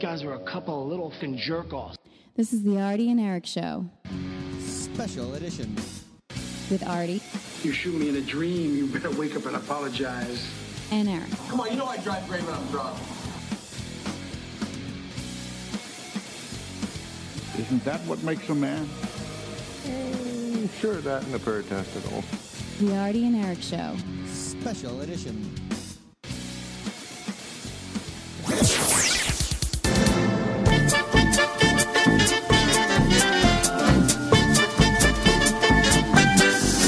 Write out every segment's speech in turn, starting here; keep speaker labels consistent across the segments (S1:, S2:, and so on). S1: guys were a couple of little fin jerk offs.
S2: This is the Artie and Eric Show
S3: Special edition.
S2: with Artie
S4: You shoot me in a dream, you better wake up and apologize.
S2: and Eric.
S5: Come on, you know I drive great when I'm drunk.
S6: Isn't that what makes a man?
S7: Sure, that and a pair of testicles.
S2: The Artie and Eric Show.
S3: Special edition.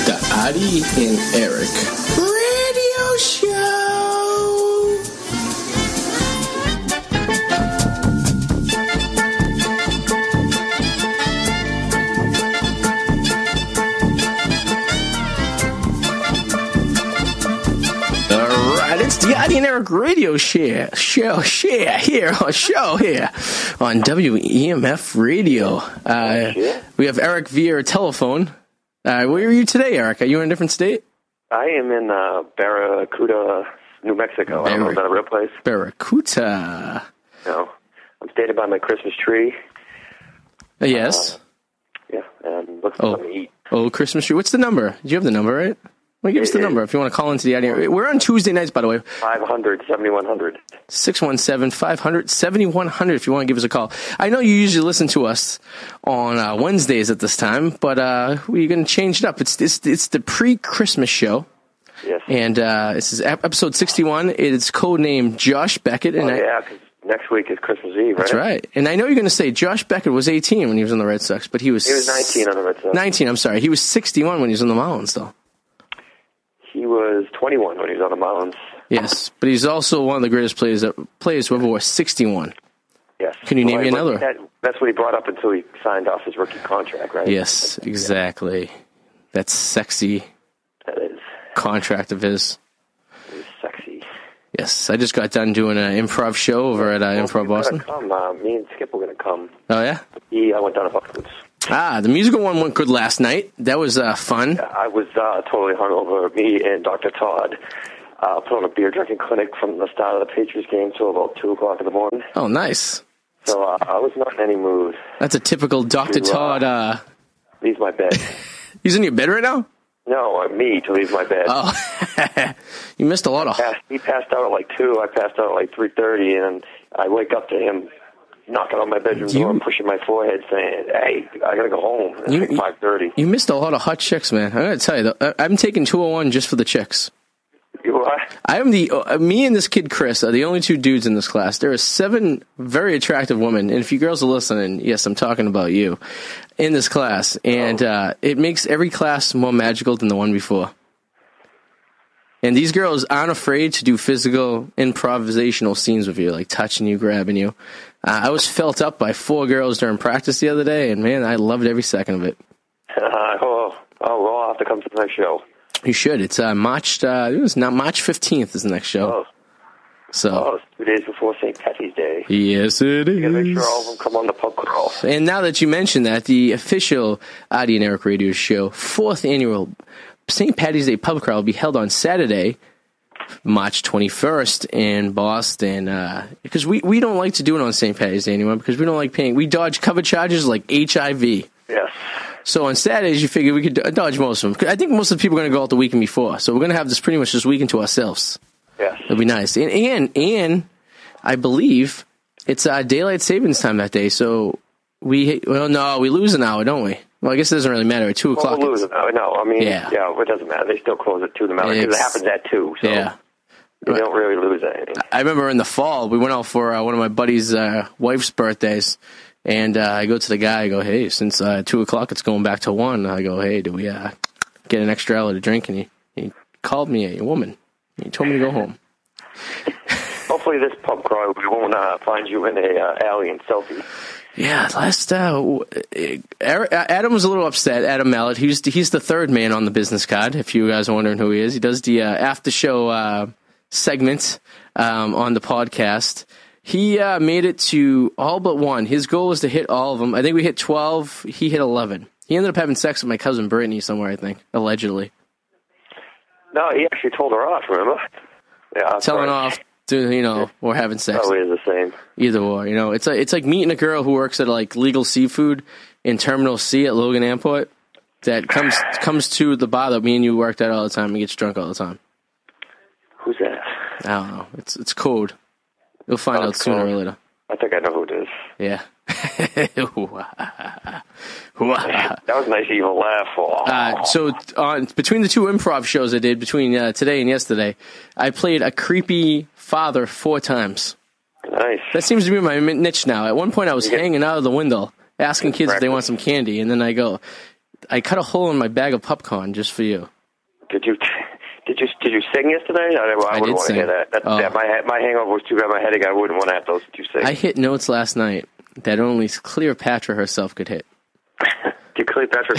S8: The Adi and Eric Radio Show. All right, it's the Adi and Eric Radio Share Show Share here on Show here on WEMF Radio. Uh, we have Eric via telephone. Uh, where are you today, Eric? Are you in a different state?
S9: I am in uh, Barracuda, New Mexico. I don't know is that a real place.
S8: Barracuda.
S9: No, I'm standing by my Christmas tree. Um,
S8: Uh, Yes.
S9: Yeah, and looking
S8: Oh.
S9: for something to eat.
S8: oh, Christmas tree. What's the number? Do you have the number, right? Well, give us the
S9: It- it-
S8: number if you want to call into the idea. We're on Tuesday nights, by the way.
S9: 500, 7100.
S8: 617 500 7100 if you want to give us a call. I know you usually listen to us on uh, Wednesdays at this time, but uh, we're going to change it up. It's, it's, it's the pre Christmas show.
S9: Yes.
S8: And uh, this is ep- episode 61. It's codenamed Josh Beckett. And
S9: oh,
S8: I,
S9: yeah, 'cause next week is Christmas Eve, right?
S8: That's right. And I know you're going to say Josh Beckett was 18 when he was on the Red Sox, but he was
S9: He was 19 on the Red Sox.
S8: 19, I'm sorry. He was 61 when he was on the Marlins, though.
S9: He was 21 when he was on the mountains.
S8: Yes, but he's also one of the greatest players that players who ever wore 61.
S9: Yes.
S8: Can you name
S9: he
S8: me
S9: went-
S8: another?
S9: that- that's what he brought up until he signed off his rookie contract, right?
S8: Yes, exactly. That sexy
S9: That is
S8: contract of his.
S9: is sexy.
S8: Yes, I just got done doing an improv show over at uh, Improv
S9: We're gonna
S8: Boston.
S9: Come, uh, me and Skip are going to come.
S8: Oh yeah.
S9: He, I went down to Buckwoods.
S8: Ah, the musical one went good last night. That was uh, fun.
S9: I was uh, totally hungover. Me and Dr. Todd uh, put on a beer drinking clinic from the start of the Patriots game till about 2 o'clock in the morning.
S8: Oh, nice.
S9: So uh, I was not in any mood.
S8: That's a typical Dr.
S9: You, uh,
S8: Todd. Uh,
S9: Leave my bed.
S8: he's in your bed right now.
S9: no, uh, me to leave my bed.
S8: Oh, you missed a lot of.
S9: Passed- he passed out at like 2. I passed out at like 3.30, and then I wake up to him knocking on my bedroom
S8: You-
S9: door and pushing my forehead saying, hey, I got to go home. It's
S8: You-
S9: like 5.30.
S8: You missed a lot of hot chicks, man. I gotta tell you, though, I- I'm taking 201 just for the chicks.
S9: You what?
S8: I'm the uh, me and this kid Chris are the only two dudes in this class. There are seven very attractive women, and if you girls are listening, yes, I'm talking about you in this class, and uh, it makes every class more magical than the one before. And these girls aren't afraid to do physical improvisational scenes with you, like touching you, grabbing you. Uh, I was felt up by four girls during practice the other day, and man, I loved every second of it.
S9: Uh, oh, oh, well, I'll have to come to the next show.
S8: You should. It's uh, March. Uh, it's not March fifteenth is the next show.
S9: Oh,
S8: so
S9: oh, it's two days before St. Patty's Day.
S8: yes, it is.
S9: You gotta make sure all of them come on the pub crawl.
S8: And now that you mention that, the official Adi and Eric Radio Show fourth annual St. Patty's Day pub crawl will be held on Saturday, March 21st in Boston. Uh, because we, we don't like to do it on St. Patty's Day anymore because we don't like paying. We dodge cover charges like HIV.
S9: Yes.
S8: So on Saturdays, you figure we could do- dodge most of them. I think most of the people are going to go out the weekend before. So we're going to have this pretty much this weekend to ourselves.
S9: Yes.
S8: It'll be nice. And and, and I believe it's uh, daylight savings time that day, so we well no we lose an hour, don't we? Well, I guess it doesn't really matter. At two
S9: Well,
S8: o'clock.
S9: we'll lose it. Uh, No, I mean,
S8: Yeah.
S9: yeah. it doesn't matter. They still close at 2 the mountain because it
S8: It's-
S9: happens at 2. So
S8: yeah.
S9: you don't really lose anything.
S8: I remember in the fall we went out for uh, one of my buddy's uh, wife's birthdays, and uh, I go to the guy. I go, hey, since uh, two o'clock, it's going back to one. I go, hey, do we uh, get an extra hour to drink? And he, he called me a woman. He told me to go home.
S9: Hopefully, this pub crawl, we won't uh, find you in a uh, alley in Selfie.
S8: Yeah, last uh, w- eh, Eric- Adam was a little upset. Adam Mallet, he's he's the third man on the business card. If you guys are wondering who he is, he does the uh, after show uh, segment um, on the podcast. He uh, made it to all but one. His goal was to hit all of them. I think we hit twelve. He hit eleven. He ended up having sex with my cousin Brittany somewhere. I think allegedly
S9: No, he actually told her off, remember? Yeah, I'm
S8: telling
S9: sorry.
S8: off doing, you know, or having sex.
S9: Always the same.
S8: Either or, you know, it's like, it's like meeting a girl who works at like legal seafood in Terminal C at Logan Airport that comes comes to the bar that me and you worked at all the time and gets drunk all the time.
S9: Who's that?
S8: I don't know. It's it's code. You'll find
S9: Oh,
S8: out
S9: it's
S8: sooner or
S9: code.
S8: later.
S9: I think I know who it is.
S8: Yeah.
S9: That was a nice evil laugh. Oh.
S8: Uh, so on between the two improv shows I did between uh, today and yesterday, I played a creepy father four times.
S9: nice.
S8: That seems to be my niche now. At one point, I was hanging out of the window asking kids if they want some candy, and then I go, I cut a hole in my bag of popcorn just for you.
S9: Did you did you did you sing yesterday? I, I
S8: did
S9: wouldn't want to
S8: sing.
S9: hear that. That,
S8: Oh.
S9: that my my hangover was too bad. My headache. I wouldn't want to have those two sing.
S8: I hit notes last night that only Cleopatra herself could hit.
S9: Did Cleopatra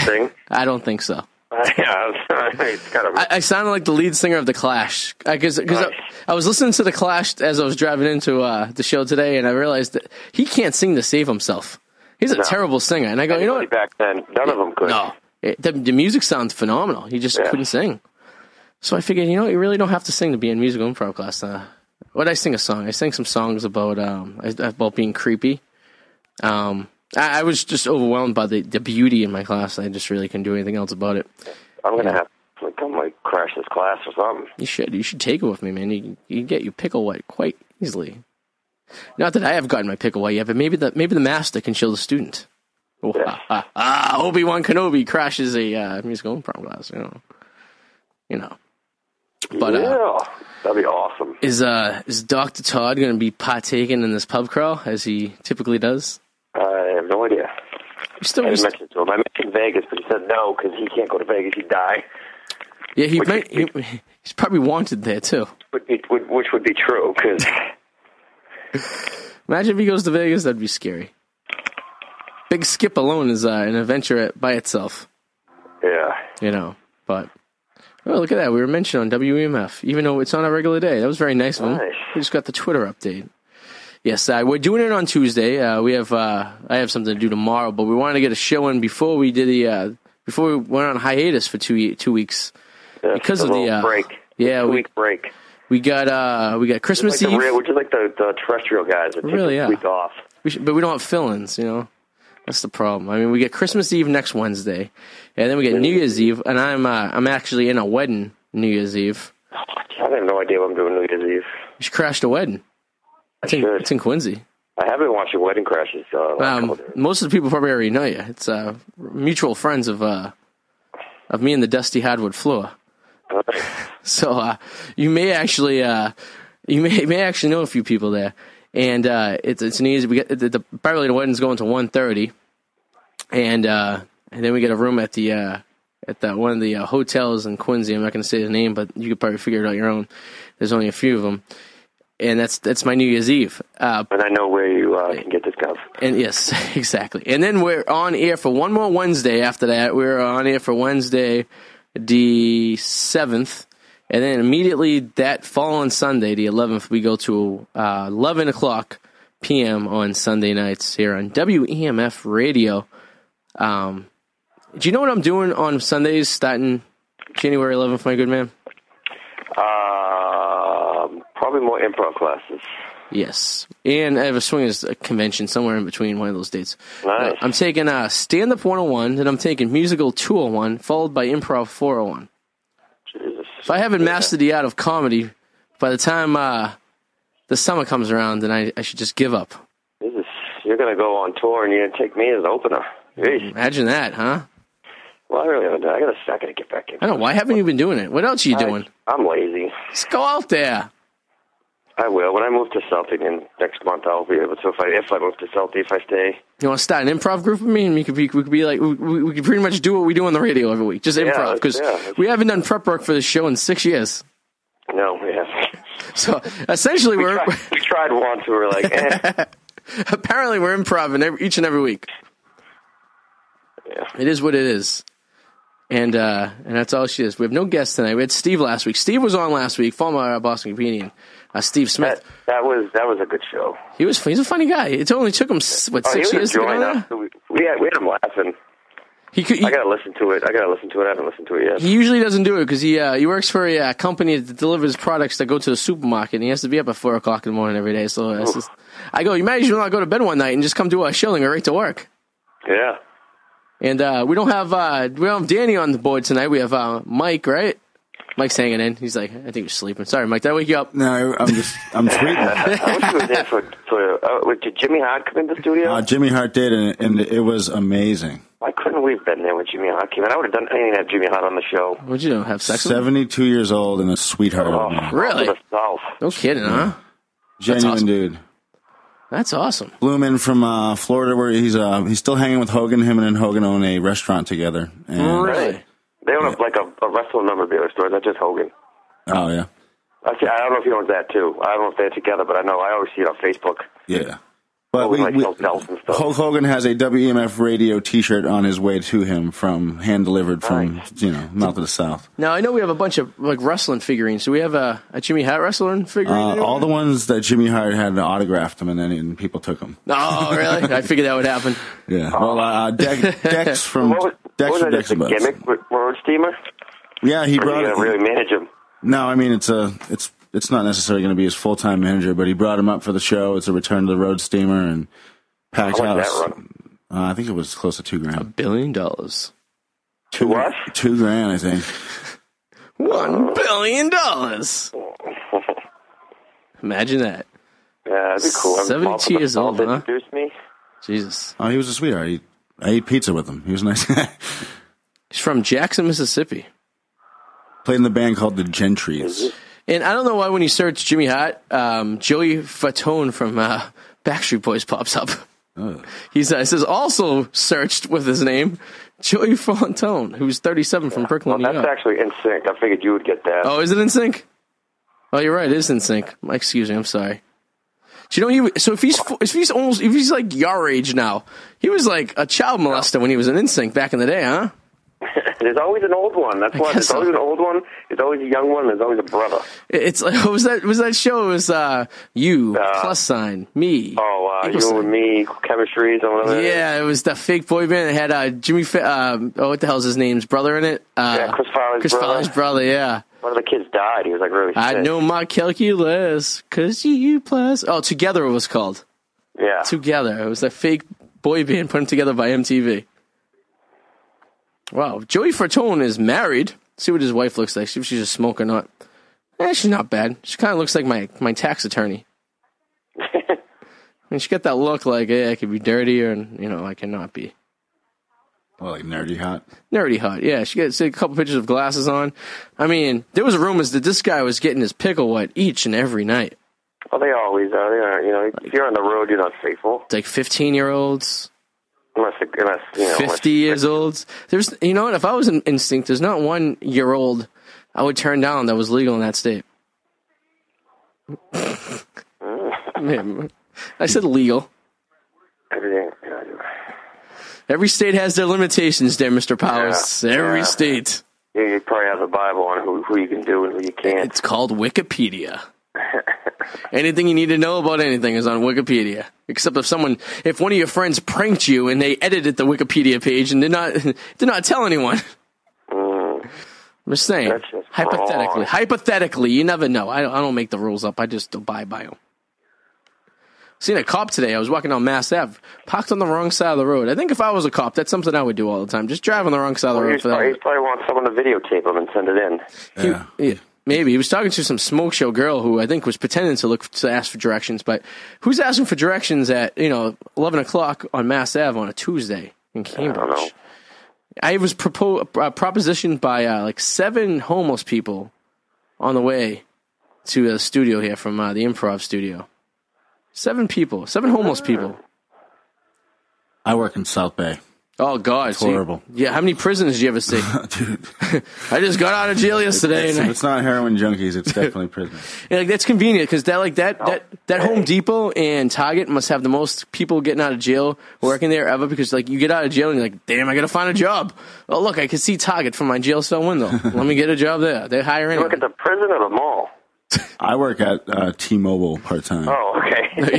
S9: sing?
S8: I don't think so.
S9: yeah, it's kind of.
S8: I, I sounded like the lead singer of the Clash because I,
S9: Nice.
S8: I was listening to the Clash as I was driving into uh, the show today, and I realized that he can't sing to save himself. He's a
S9: No.
S8: terrible singer, and I go, you know what?
S9: back then, none of them could.
S8: No, It- the, the music sounds phenomenal. He just
S9: Yeah.
S8: couldn't sing. So I figured, you know, you really don't have to sing to be in musical improv class. Uh, what did I sing a song? I sang some songs about um about being creepy. Um, I, I was just overwhelmed by the, the beauty in my class. I just really couldn't do anything else about it.
S9: I'm gonna have to like, I'm like crash this class or something.
S8: You should. You should take it with me, man. You you get your pickle wet quite easily. Not that I have gotten my pickle wet yet, but maybe the maybe the master can show the student. Oh,
S9: Yeah.
S8: ah, ah, Obi Wan Kenobi crashes a uh, musical improv class. You know, you know. But
S9: yeah,
S8: uh,
S9: that'd be awesome.
S8: is uh is Doctor Todd going to be partaking in this pub crawl as he typically does?
S9: I have no idea.
S8: We still,
S9: I
S8: we
S9: didn't
S8: still
S9: mention it to him. I mentioned Vegas, but he said no because he can't go to Vegas. He'd die.
S8: yeah, he
S9: Which
S8: might. He,
S9: is-
S8: he's probably wanted there too.
S9: But it would, which would be true because
S8: Imagine if he goes to Vegas. That'd be scary. Big Skip alone is uh, an adventure at, by itself.
S9: yeah,
S8: you know. But oh, look at that, we were mentioned on WEMF, even though it's on a regular day. That was very nice of them.
S9: Nice.
S8: We just got the Twitter update. Yes, uh, we're doing it on Tuesday. Uh, we have uh, I have something to do tomorrow, but we wanted to get a show in before we did the uh, before we went on hiatus for two ye- two weeks.
S9: Yeah,
S8: Because
S9: a
S8: of the,
S9: little
S8: uh,
S9: break.
S8: yeah, we-
S9: week break.
S8: We got uh, we got
S9: Like
S8: Christmas
S9: the
S8: Eve,
S9: real, which is like the, the terrestrial guys that take
S8: Really,
S9: a
S8: yeah.
S9: week off.
S8: we should, but we don't have fill-ins, you know. That's the problem. I mean, we get Christmas Eve next Wednesday, and then we get New Year's Eve, and I'm uh, I'm actually in a wedding New Year's Eve.
S9: I have no idea what I'm doing New Year's Eve.
S8: We should crash the wedding.
S9: I
S8: It's in,
S9: should.
S8: it's in Quincy.
S9: I have been watching Wedding Crashes. Uh, last couple
S8: Um,
S9: days.
S8: most of the people probably already know you. It's uh, mutual friends of uh, of me and the Dusty Hadwood Floor. So uh, you may actually uh, you may may actually know a few people there, and uh, it's it's an easy. We get the, the Beverly Wedding's going to one thirty, and uh, and then we get a room at the uh, at the one of the uh, hotels in Quincy. I'm not going to say the name, but you could probably figure it out your own. There's only a few of them, and that's that's my New Year's Eve. Uh,
S9: and I know where you uh, can get this stuff.
S8: and yes, exactly. And then we're on air for one more Wednesday after that. We're on air for Wednesday the 7th. And then immediately that following Sunday, the 11th, we go to uh, 11 o'clock p.m. on Sunday nights here on WEMF Radio. Um, do you know what I'm doing on Sundays starting January 11th, my good man?
S9: Um, probably more improv classes.
S8: Yes, and I have a swingers convention somewhere in between one of those dates.
S9: Nice.
S8: Uh, I'm taking uh, stand up 101, then I'm taking musical 201, followed by improv 401.
S9: Jesus.
S8: If I haven't mastered the art of comedy, by the time uh, the summer comes around, then I, I should just give up.
S9: This is, you're going to go on tour and you're going to take me as an opener. Jeez.
S8: Imagine that, huh?
S9: Well, I really haven't done. I got to. I got to get back in.
S8: I don't know. Why haven't you been doing it? What else are you doing?
S9: I, am lazy.
S8: Just go out there.
S9: I will. When I move to Celtic in next month, I'll be able to. If I if I move to Celtic, if I stay,
S8: You want to start an improv group with me, and we could be, we could be like, we, we we could pretty much do what we do on the radio every week, just improv,
S9: let's-
S8: because
S9: yeah, let's-
S8: we haven't done prep work for this show in six years.
S9: no, we have.
S8: So essentially,
S9: We
S8: we're
S9: tried, we tried once. We were like, eh.
S8: apparently we're improv every, each and every week. It is what it is, and uh, and that's all she is. We have no guests tonight. We had Steve last week. Steve was on last week, former uh, Boston comedian, uh, Steve
S9: that,
S8: Smith.
S9: that was that was a good show.
S8: He was he's a funny guy. It only took him s- what
S9: Oh,
S8: six
S9: he
S8: years
S9: was
S8: to get
S9: enjoying
S8: on
S9: us.
S8: there.
S9: We, we had we had him laughing.
S8: He could. He,
S9: I gotta listen to it. I gotta listen to it. I haven't listened to it
S8: he
S9: yet.
S8: usually doesn't do it because he uh, he works for a uh, company that delivers products that go to the supermarket. and He has to be up at four o'clock in the morning every day. So it's just, I go, you might as well not go to bed one night and just come do a shilling or right to work.
S9: Yeah.
S8: And uh, we don't have uh, we don't have Danny on the board tonight. We have uh, Mike, right? Mike's hanging in. He's like, I think you're sleeping. Sorry, Mike. Did I wake you up?
S7: No, I'm just I'm tweeting.
S9: I wish he was there for. for uh, wait, did Jimmy Hart come in the studio?
S7: Uh, Jimmy Hart did, and, and it was amazing.
S9: Why couldn't we have been there when Jimmy Hart came in? I would have done anything to have Jimmy Hart on the show.
S8: What'd you do? Have sex? with him?
S7: Seventy-two years old and a sweetheart.
S9: Oh,
S7: of a man.
S8: Really?
S9: To the South.
S8: No kidding, huh?
S7: Genuine
S8: awesome.
S7: dude.
S8: That's awesome.
S7: Bloomin from uh, Florida, where he's uh, he's still hanging with Hogan. Him and Hogan own a restaurant together. And, uh,
S8: Really?
S9: They own a, like a, a wrestler number beer store, not just Hogan.
S7: Oh yeah,
S9: I, see, I don't know if he owns that too. I don't know if they're together, but I know I always see it on Facebook.
S7: yeah. But
S9: Oh,
S7: we,
S9: like
S7: we,
S9: Hulk Nelson and stuff.
S7: Hulk Hogan has a WEMF radio T-shirt on his way to him from hand delivered from you know mouth of the south.
S8: Now I know we have a bunch of like wrestling figurines. Do we have a, a Jimmy Hat wrestling figurine?
S7: Uh,
S8: anywhere?
S7: all the ones that Jimmy Hart had autographed them, and then and people took them.
S8: Oh, really? I figured that would happen.
S7: Yeah. Well, uh, Dex, Dex from
S9: What was,
S7: Dex
S9: what
S7: from
S9: was that?
S7: Dex
S9: Just a gimmick with road steamer?
S7: Yeah, he
S9: Or are
S7: brought
S9: you
S7: it.
S9: gonna really manage him?
S7: No, I mean it's a it's it's not necessarily going to be his full time manager, but he brought him up for the show. It's a return to the road steamer and packed
S9: How much did
S7: house.
S9: that
S7: Uh,
S9: run?
S7: I think it was close to two grand.
S8: Billion dollars.
S7: Two
S9: what?
S7: Two grand, I think.
S8: One billion dollars. Imagine that.
S9: Yeah, that'd be cool.
S8: 72 years old, huh?
S9: Introduced me.
S8: Jesus.
S7: Oh, he was a sweetheart. He, I ate pizza with him. He was a nice. guy.
S8: He's from Jackson, Mississippi.
S7: Played in the band called the Gentrys.
S8: And I don't know why when you search Jimmy Hot, um, Joey Fatone from uh, Backstreet Boys pops up. He's, uh, it says also searched with his name, Joey Fatone, who's 37 from
S9: Well,
S8: Brooklyn, New
S9: that's
S8: York.
S9: actually in sync. I figured you would get that.
S8: Oh, is it in sync? Oh, you're right. It is in sync. Excuse me. I'm sorry. Do you know he? So if he's fo- if he's almost if he's like your age now, he was like a child molester when he was in NSYNC back in the day, huh?
S9: There's always an old one. That's why
S8: guess
S9: there's always
S8: so.
S9: an old one. There's always a young one. There's always a brother.
S8: It- It's like what was that was that show? It was uh you
S9: Uh,
S8: plus sign me?
S9: Oh, uh,
S8: equal
S9: you
S8: sign.
S9: and me, chemistry, something like that.
S8: Yeah, it was the fake boy band that had uh, Jimmy. Fa- um, oh, what the hell's his name's brother in it? Uh,
S9: Yeah, Chris Farley's
S8: Chris
S9: brother.
S8: Farley's brother. Yeah,
S9: One of the kids died. He was like really sick.
S8: I know my calculus because you plus. Oh, together it was called.
S9: Yeah.
S8: together. It was a fake boy band put together by MTV. Wow, Joey Fatone is married. see what his wife looks like. See if she's a smoke or not. Eh, she's not bad. She kind of looks like my my tax attorney. I mean, she got that look like, hey, I could be dirty, or you know, I cannot be
S7: Well, like nerdy hot.
S8: nerdy hot. Yeah, she got see, a couple pictures of glasses on. I mean, there was rumors that this guy was getting his pickle wet each and every night.
S9: Well, they always are. They are. You know, if you're on the road, you're not faithful.
S8: It's like fifteen year olds,
S9: Unless, unless you know, unless-
S8: 50 years olds. There's, you know what? If I was in instinct, there's not one year old I would turn down that was legal in that state. Man, I said legal.
S9: Everything. you know,
S8: Every state has their limitations, there, Mr. Powers.
S9: Yeah,
S8: Every
S9: yeah.
S8: state.
S9: You, you probably have the Bible on who, who you can do and who you can't.
S8: It's called Wikipedia. anything you need to know about anything is on Wikipedia. Except if someone, if one of your friends pranked you and they edited the Wikipedia page and did not, did not tell anyone.
S9: Hmm.
S8: I'm just saying.
S9: That's just
S8: hypothetically,
S9: wrong.
S8: hypothetically, you never know. I don't, I don't make the rules up. I just abide by them. Seen a cop today. I was walking down Mass Ave, parked on the wrong side of the road. I think if I was a cop, that's something I would do all the time. Just drive on the wrong side of the
S9: Well,
S8: road
S9: he's
S8: for
S9: probably,
S8: that.
S9: he's probably wants someone to videotape him and send it in.
S8: He-
S7: Yeah.
S8: yeah, maybe he was talking to some smoke show girl who I think was pretending to look to ask for directions. But who's asking for directions at you know eleven o'clock on Mass Ave on a Tuesday in Cambridge? I,
S9: know.
S8: was propo- uh, propositioned by uh, like seven homeless people on the way to the studio here from uh, the Improv Studio. Seven people, seven homeless people.
S7: I work in South Bay.
S8: Oh God, so you-
S7: horrible.
S8: yeah, how many prisons did you ever see?
S7: Dude,
S8: I just got out of jail yesterday,
S7: it's,
S8: and I,
S7: if it's not heroin junkies. It's definitely prison.
S8: And, like that's convenient because that like that that that Home Depot and Target must have the most people getting out of jail working there ever because like you get out of jail and you're like, damn, I gotta find a job. Oh look, I can see Target from my jail cell window. Let me get a job there. They hire anyone.
S9: Look at the prison or the mall.
S7: I work at uh, T-Mobile part
S8: Hmm.
S7: time.
S9: Oh, okay.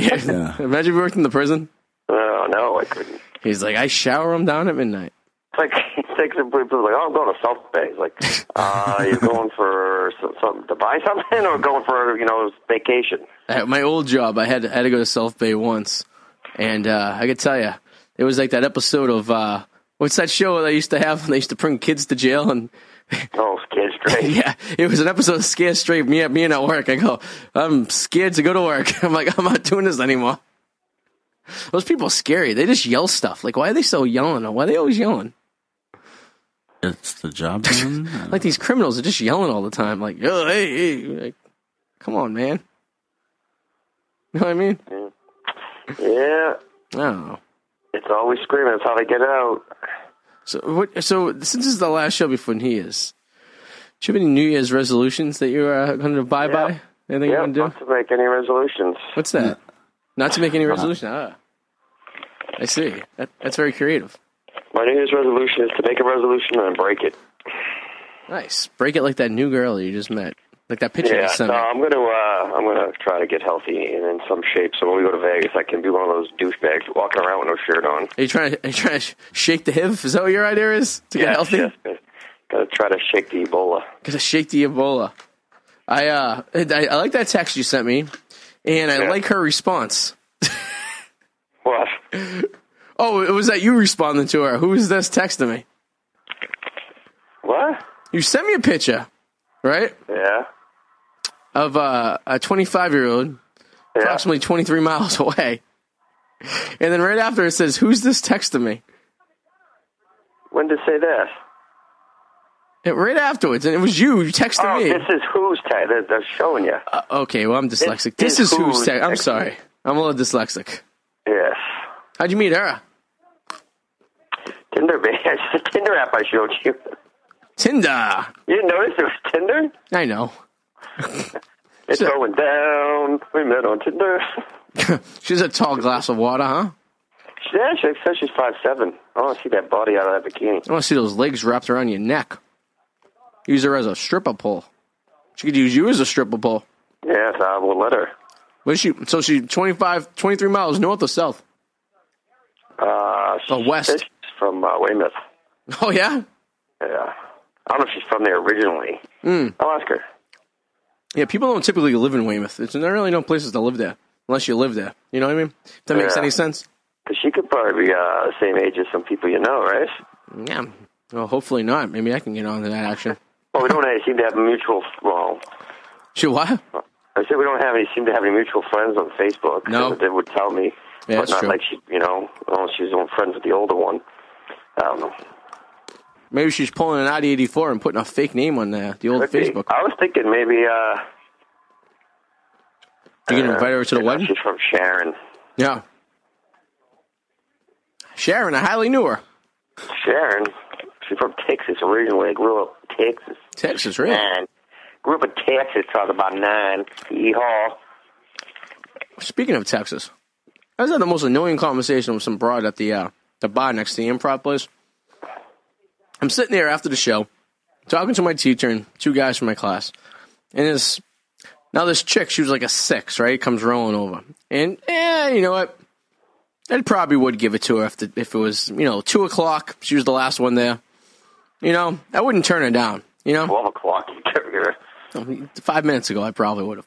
S8: Yeah. Imagine if you worked in the prison.
S9: oh no, I couldn't.
S8: He's like, I shower them down at midnight.
S9: like he takes a brief like, oh, I'm going to South Bay. He's like, uh, you're going for some, some to buy something or going for you know vacation?
S8: At my old job, I had I had to go to South Bay once, and uh, I could tell you, it was like that episode of uh, what's that show they used to have when they used to bring kids to jail and.
S9: Oh, kids, great.
S8: Yeah, it was an episode of Scared Straight. Me, at- me and at work, I go, I'm scared to go to work. I'm like, I'm not doing this anymore. Those people are scary. They just yell stuff. Like, why are they so yelling? Why are they always yelling?
S7: It's the job. man. I
S8: Like these criminals are just yelling all the time. Like, yo, hey, hey, like, come on, man. You know what I mean?
S9: Yeah,
S8: I don't know.
S9: it's always screaming. That's how they get out.
S8: So, what, so since this is the last show before New Year's, do you have any New Year's resolutions that you're uh, going to buy by? Anything
S9: Yeah,
S8: you're going to do?
S9: not to make any resolutions.
S8: What's that? Not to make any resolution. Ah, I see. That, that's very creative.
S9: My New Year's resolution is to make a resolution and break it.
S8: Nice. Break it like that new girl you just met, like that picture you
S9: Yeah,
S8: sent.
S9: no,
S8: me.
S9: I'm gonna uh, I'm gonna try to get healthy and in some shape. So when we go to Vegas, I can be one of those douchebags walking around with no shirt on.
S8: Are you trying? Are you trying to sh- shake the HIV? Is that what your idea is to get
S9: Yes,
S8: healthy?
S9: yes, yes. Gotta try to shake the Ebola.
S8: Gotta shake the Ebola. I uh, I, I like that text you sent me, and I
S9: Yeah.
S8: like her response.
S9: What?
S8: Oh, it was that you responding to her. Who is this texting me?
S9: What?
S8: You sent me a picture, right,
S9: Yeah.
S8: of uh, a 25 year old
S9: Yeah.
S8: approximately 23 miles away. And then right after it says, Who's this texting me?
S9: When did it say this?
S8: And right afterwards, and it was you, you texted
S9: Oh,
S8: me.
S9: this is who's ta- they're, they're showing you.
S8: Uh, okay, well, I'm dyslexic. This,
S9: This
S8: is
S9: is
S8: who's
S9: who's
S8: texting I'm
S9: texting
S8: sorry.
S9: me.
S8: I'm a little dyslexic.
S9: Yes.
S8: How'd you meet her?
S9: Tinder, man. It's the Tinder app I showed you.
S8: Tinder.
S9: You didn't notice it was Tinder?
S8: I know.
S9: It's
S8: Sure.
S9: going down. We met on Tinder.
S8: She's a tall glass of water, huh?
S9: She yeah, she says she's five seven. I want to see that body out of that bikini.
S8: I want to see those legs wrapped around your neck. Use her as a stripper pole. She could use you as a stripper pole.
S9: Yes, I will let her.
S8: What is she? So she's 25, 23 miles north or south? The
S9: Uh, she
S8: Oh, West.
S9: says She's from uh, Weymouth.
S8: Oh, yeah?
S9: Yeah. I don't know if she's from there originally.
S8: Hmm.
S9: Mm. I'll ask her.
S8: Yeah, people don't typically live in Weymouth. There's not really no places to live there unless you live there. You know what I mean? If that makes
S9: Yeah.
S8: any sense.
S9: 'Cause she could probably be uh, the same age as some people you know, right?
S8: Yeah. Well, hopefully not. Maybe I can get on to that action.
S9: Well, we don't have, seem to have mutual. Well,
S8: Shoot, what?
S9: I said we don't have any. Seem to have any mutual friends on Facebook.
S8: No.
S9: that would tell me.
S8: Yeah,
S9: but
S8: that's
S9: not
S8: true.
S9: like she, you know, oh, she's on friends with the older one. I don't know.
S8: Maybe she's pulling an ID84 and putting a fake name on the, the old
S9: Could be.
S8: Facebook.
S9: I was thinking maybe. uh
S8: You can invite her to the
S9: you know,
S8: wedding?
S9: She's from Sharon.
S8: Yeah. Sharon, I highly knew her.
S9: Sharon. She's from Texas originally. Grew up in Texas.
S8: Texas, really?
S9: Nine. Grew up in Texas. till I was about nine. Yeehaw.
S8: Speaking of Texas, I was had the most annoying conversation with some broad at the uh, the bar next to the improv place. I'm sitting there after the show, talking to my teacher and two guys from my class, and this now this chick, she was like a six, right? Comes rolling over, and eh, you know what? I probably would give it to her if the, if it was you know two o'clock. She was the last one there. You know, I wouldn't turn her down. You know,
S9: Twelve o'clock. You get her.
S8: five minutes ago, I probably would have.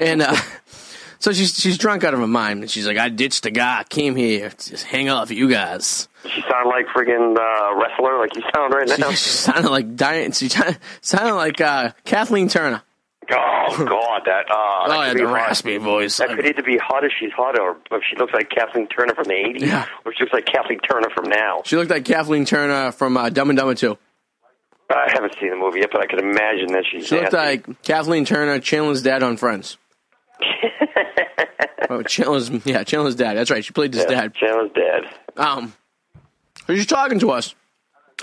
S8: And uh, so she's she's drunk out of her mind, and she's like, "I ditched a guy, came here, to just hang out for you guys."
S9: She sound like friggin' uh, wrestler, like you sound right
S8: She,
S9: now.
S8: she sounded like Diane. She ti- sounded like uh, Kathleen Turner.
S9: Oh God, that uh,
S8: Oh,
S9: that
S8: yeah,
S9: could be
S8: the
S9: hot.
S8: raspy voice.
S9: That could either be hot if she's hot, or if she looks like Kathleen Turner from the '80s,
S8: Yeah.
S9: or she looks like Kathleen Turner from now.
S8: She looked like Kathleen Turner from uh, Dumb and Dumber Two.
S9: I haven't seen the movie yet, but I can imagine that she's.
S8: She looked
S9: nasty.
S8: like Kathleen Turner, Chandler's dad on Friends. oh, Chandler's yeah, Chandler's dad. That's right. She played his
S9: yeah,
S8: dad.
S9: Chandler's dad.
S8: um, she's talking to us,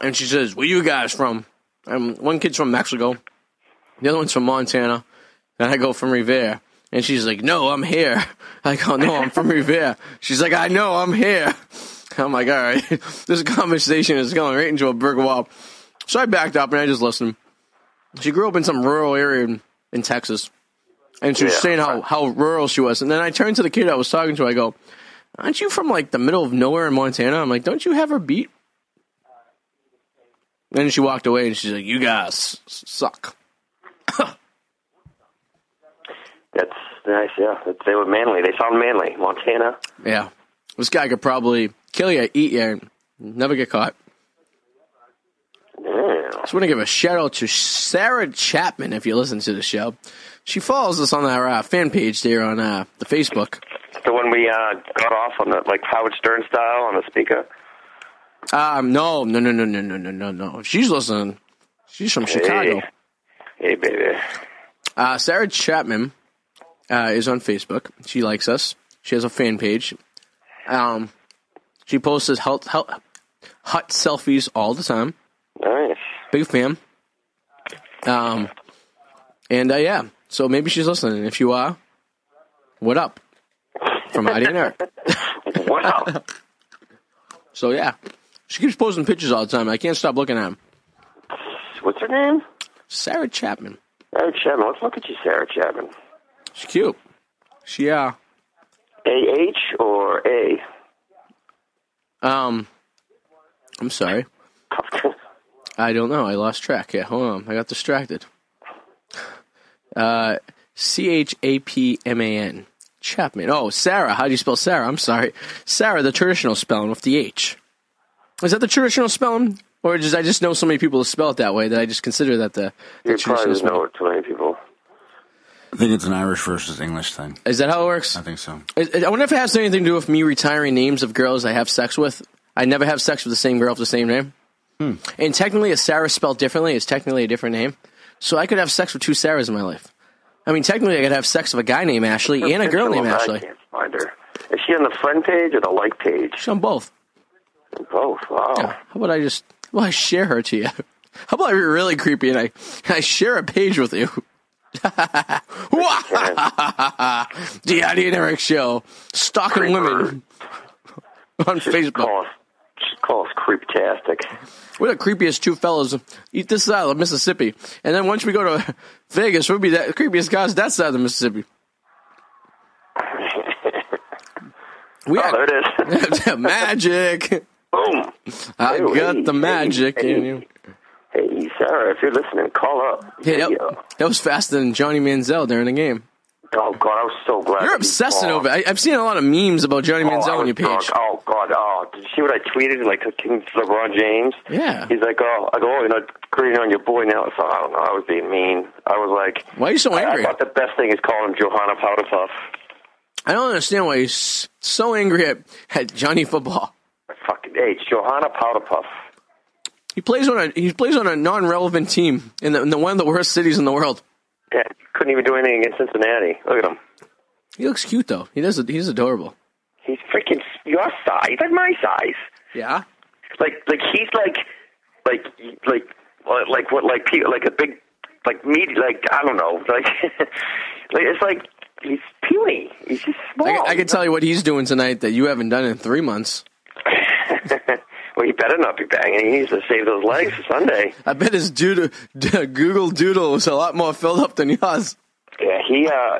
S8: and she says, "Where you guys from?" And one kid's from Mexico, the other one's from Montana, and I go from Revere. And she's like, "No, I'm here." I go, "No, I'm from Revere." She's like, "I know, I'm here." I'm like, "All right, this conversation is going right into a brick wall." So I backed up and I just listened. She grew up in some rural area in, in Texas, and she was
S9: Yeah.
S8: saying how how rural she was. And then I turned to the kid I was talking to. I go, aren't you from like the middle of nowhere in Montana? I'm like, don't you have her beat? Then she walked away and she's like, "You guys suck."
S9: That's nice. Yeah, That's- they were manly. They sound manly. Montana.
S8: Yeah, this guy could probably kill you, eat you, and never get caught.
S9: Yeah.
S8: Just want to give a shout out to Sarah Chapman if you listen to the show. She follows us on our uh, fan page there on uh, the Facebook.
S9: The one we uh, got off on the like Howard Stern style on the speaker.
S8: Um, no, no, no, no, no, no, no, no, no. She's listening. She's from Chicago.
S9: Hey. Hey, baby.
S8: Uh, Sarah Chapman uh, is on Facebook. She likes us. She has a fan page. Um, she posts health, health, hot selfies all the time.
S9: Nice.
S8: Big fan. Um, and uh, yeah, so maybe she's listening. If you are, what up? From Heidi and Eric.
S9: Wow.
S8: So yeah, she keeps posting pictures all the time. I can't stop looking at them.
S9: What's her name?
S8: Sarah Chapman.
S9: Sarah Chapman. Let's look at you, Sarah Chapman.
S8: She's cute. She uh,
S9: A H or A?
S8: um, I'm sorry. I don't know. I lost track. Yeah, hold on. I got distracted. Uh, C H A P M A N. Chapman. Oh, Sarah. How do you spell Sarah? I'm sorry. Sarah, the traditional spelling with the H. Is that the traditional spelling? Or does I just know so many people who spell it that way that I just consider that the, the
S9: You
S8: traditional
S9: probably
S8: spelling?
S9: know too many people.
S7: I think it's an Irish versus English thing.
S8: Is that how it works?
S7: I think so.
S8: I I wonder if it has anything to do with me retiring names of girls I have sex with. I never have sex with the same girl with the same name. And technically, a Sarah spelled differently is technically a different name. So I could have sex with two Sarahs in my life. I mean, technically, I could have sex with a guy named Ashley and a girl named
S9: I
S8: Ashley.
S9: can't find her. Is she on the friend page or the like page?
S8: She's on both.
S9: Both. Wow.
S8: How about I just, how about I share her to you? How about I be really creepy and I, I share a page with you? the Addy and Eric Show, stalking women on Facebook.
S9: Call us, just call us creeptastic.
S8: We're the creepiest two fellas. Eat this side of Mississippi, and then once we go to Vegas, we'll be the creepiest guys that side of the Mississippi. We
S9: Oh, there
S8: are
S9: it is.
S8: magic.
S9: Boom.
S8: I
S9: Hey,
S8: got
S9: hey,
S8: the magic
S9: hey,
S8: in you.
S9: Hey, Sarah, if you're listening, call up.
S8: Hey,
S9: Hey, uh,
S8: that, that was faster than Johnny Manziel during the game.
S9: Oh, God, I was so glad.
S8: You're
S9: that you
S8: obsessing
S9: called.
S8: over. I, I've seen a lot of memes about Johnny
S9: Oh, I
S8: Manziel on
S9: was
S8: your
S9: drunk.
S8: page.
S9: Oh God! Oh, did you see what I tweeted? Like King LeBron James.
S8: Yeah.
S9: He's like, oh, I go, oh, you're not creating on your boy now. So I don't know. I was being mean. I was like,
S8: Why are you so
S9: I-
S8: angry?
S9: I, thought the best thing is calling him Johanna Powderpuff.
S8: I don't understand why he's so angry at, at Johnny Football.
S9: Fucking hey, it's Johanna Powderpuff.
S8: He plays on a he plays on a non-relevant team in, the, in the, one of the worst cities in the world.
S9: Yeah, couldn't even do anything against Cincinnati. Look at him.
S8: He looks cute though. He does. He's adorable.
S9: He's freaking your size. He's like my size.
S8: Yeah.
S9: Like, like he's like, like, like, uh, like what? Like, pe- like a big, like meat. Like I don't know. Like, like it's like. He's puny. He's just small.
S8: I, I can tell you what he's doing tonight that you haven't done in three months.
S9: well, you better not be banging. He needs to save those legs for Sunday.
S8: I bet his doodle, d- Google Doodle was a lot more filled up than yours.
S9: Yeah, he, uh,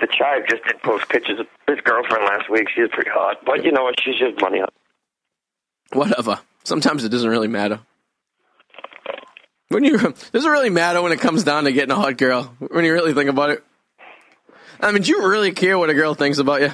S9: the chive just did post pictures of his girlfriend last week. She's pretty hot. But you know what? She's just money hot.
S8: Whatever. Sometimes it doesn't really matter. When you does it really matter when it comes down to getting a hot girl? When you really think about it, I mean, do you really care what a girl thinks about you?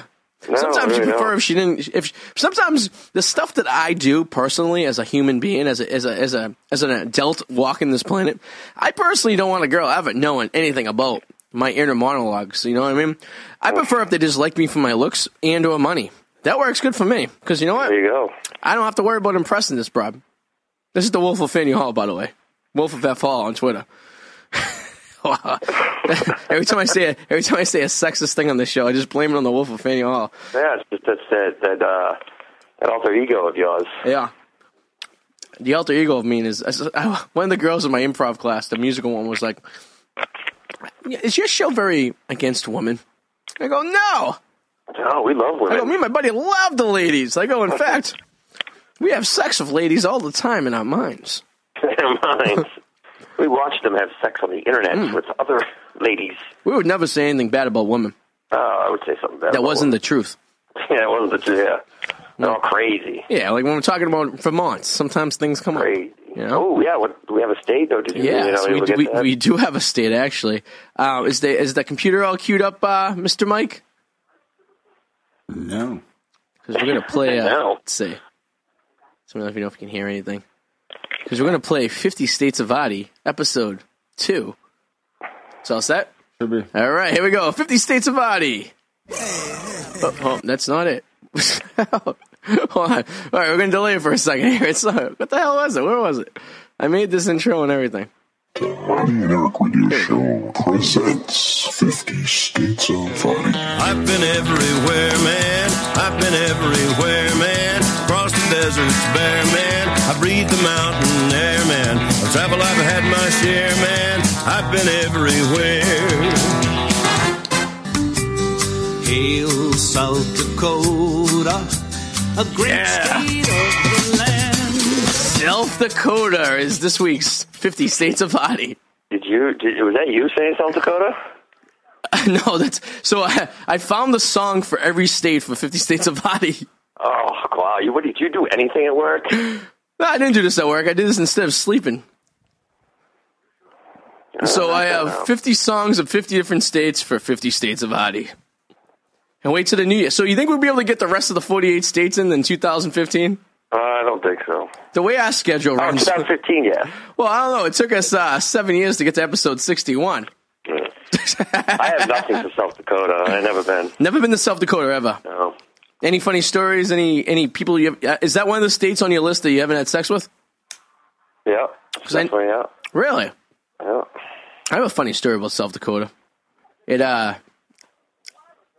S9: No,
S8: sometimes
S9: Oh, really
S8: you prefer
S9: not.
S8: if she didn't. If sometimes the stuff that I do personally as a human being, as a, as a as a as an adult walking this planet, I personally don't want a girl ever knowing anything about my inner monologues. You know what I mean? I prefer if they just like me for my looks and or money. That works good for me because you know what?
S9: There you go.
S8: I don't have to worry about impressing this broad. This is the Wolf of Fanny Hall, by the way. Wolf of F Hall on Twitter. Wow. every time I say a, every time I say a sexist thing on this show, I just blame it on the Wolf of Fanny Hall.
S9: Yeah, it's just that's that that uh, that alter ego of yours.
S8: Yeah. The alter ego of mine is I, one of the girls in my improv class, the musical one, was like, "Yeah, "Is your show very against women?" I go, "No."
S9: No, Oh, we love
S8: I
S9: women.
S8: go, "Me and my buddy love the ladies." I go, "In fact, we have sex with ladies all the time in our minds."
S9: Never mind. we watch them have sex on the internet
S8: Hmm.
S9: with other ladies.
S8: We would never say anything bad about women.
S9: Oh, I would say something better.
S8: That wasn't the Hmm. truth.
S9: Yeah, it wasn't the. Yeah, they're all crazy.
S8: Yeah, like when we're talking about Vermont, sometimes things come up.
S9: Crazy.
S8: You know?
S9: Oh yeah, what do we have a state or did you?
S8: Yeah,
S9: you know,
S8: so we,
S9: look
S8: do,
S9: at
S8: we,
S9: that?
S8: we do have a state actually. Uh, is the is the computer all queued up, uh, Mr. Mike?
S7: No.
S8: Because we're gonna play. Uh,
S9: No.
S8: Let's see. So let me know if you can hear anything. Because we're gonna play Fifty States of Adi, episode two. It's all set.
S7: Should be.
S8: All right, here we go. Fifty States of Adi. Oh, oh, that's not it. Hold on. All right, we're gonna delay it for a second here. It's not. What the hell was it? Where was it? I made this intro and everything.
S10: Body and Eric Radio Show presents 50 States of Body.
S11: I've been everywhere, man. I've been everywhere, man. Across the deserts, bare man. I breathe the mountain air, man. I travel, I've had my share, man. I've been everywhere. Hail South Dakota, a great state of the land.
S8: South Dakota is this week's 50 States of Adi.
S9: Did you? Did, was that you saying South Dakota?
S8: no, that's so. I, I found the song for every state for 50 States of Adi.
S9: Oh wow! You what did you do anything at work?
S8: No, I didn't do this at work. I did this instead of sleeping.
S9: Uh,
S8: So I have 50 songs of 50 different states for 50 States of Adi. And wait till the new year. So you think we'll be able to get the rest of the 48 states in in 2015?
S9: Uh, I don't think so.
S8: The way our schedule
S9: Oh,
S8: runs.
S9: 2015, yeah.
S8: Well, I don't know. It took us uh, seven years to get to episode 61.
S9: Yeah. I have nothing for South Dakota. I never been.
S8: Never been to South Dakota ever.
S9: No.
S8: Any funny stories? Any any people you have? uh, Is that one of the states on your list that you haven't had sex with?
S9: Yeah.
S8: I-
S9: Definitely, yeah.
S8: Really?
S9: Yeah.
S8: I have a funny story about South Dakota. It uh,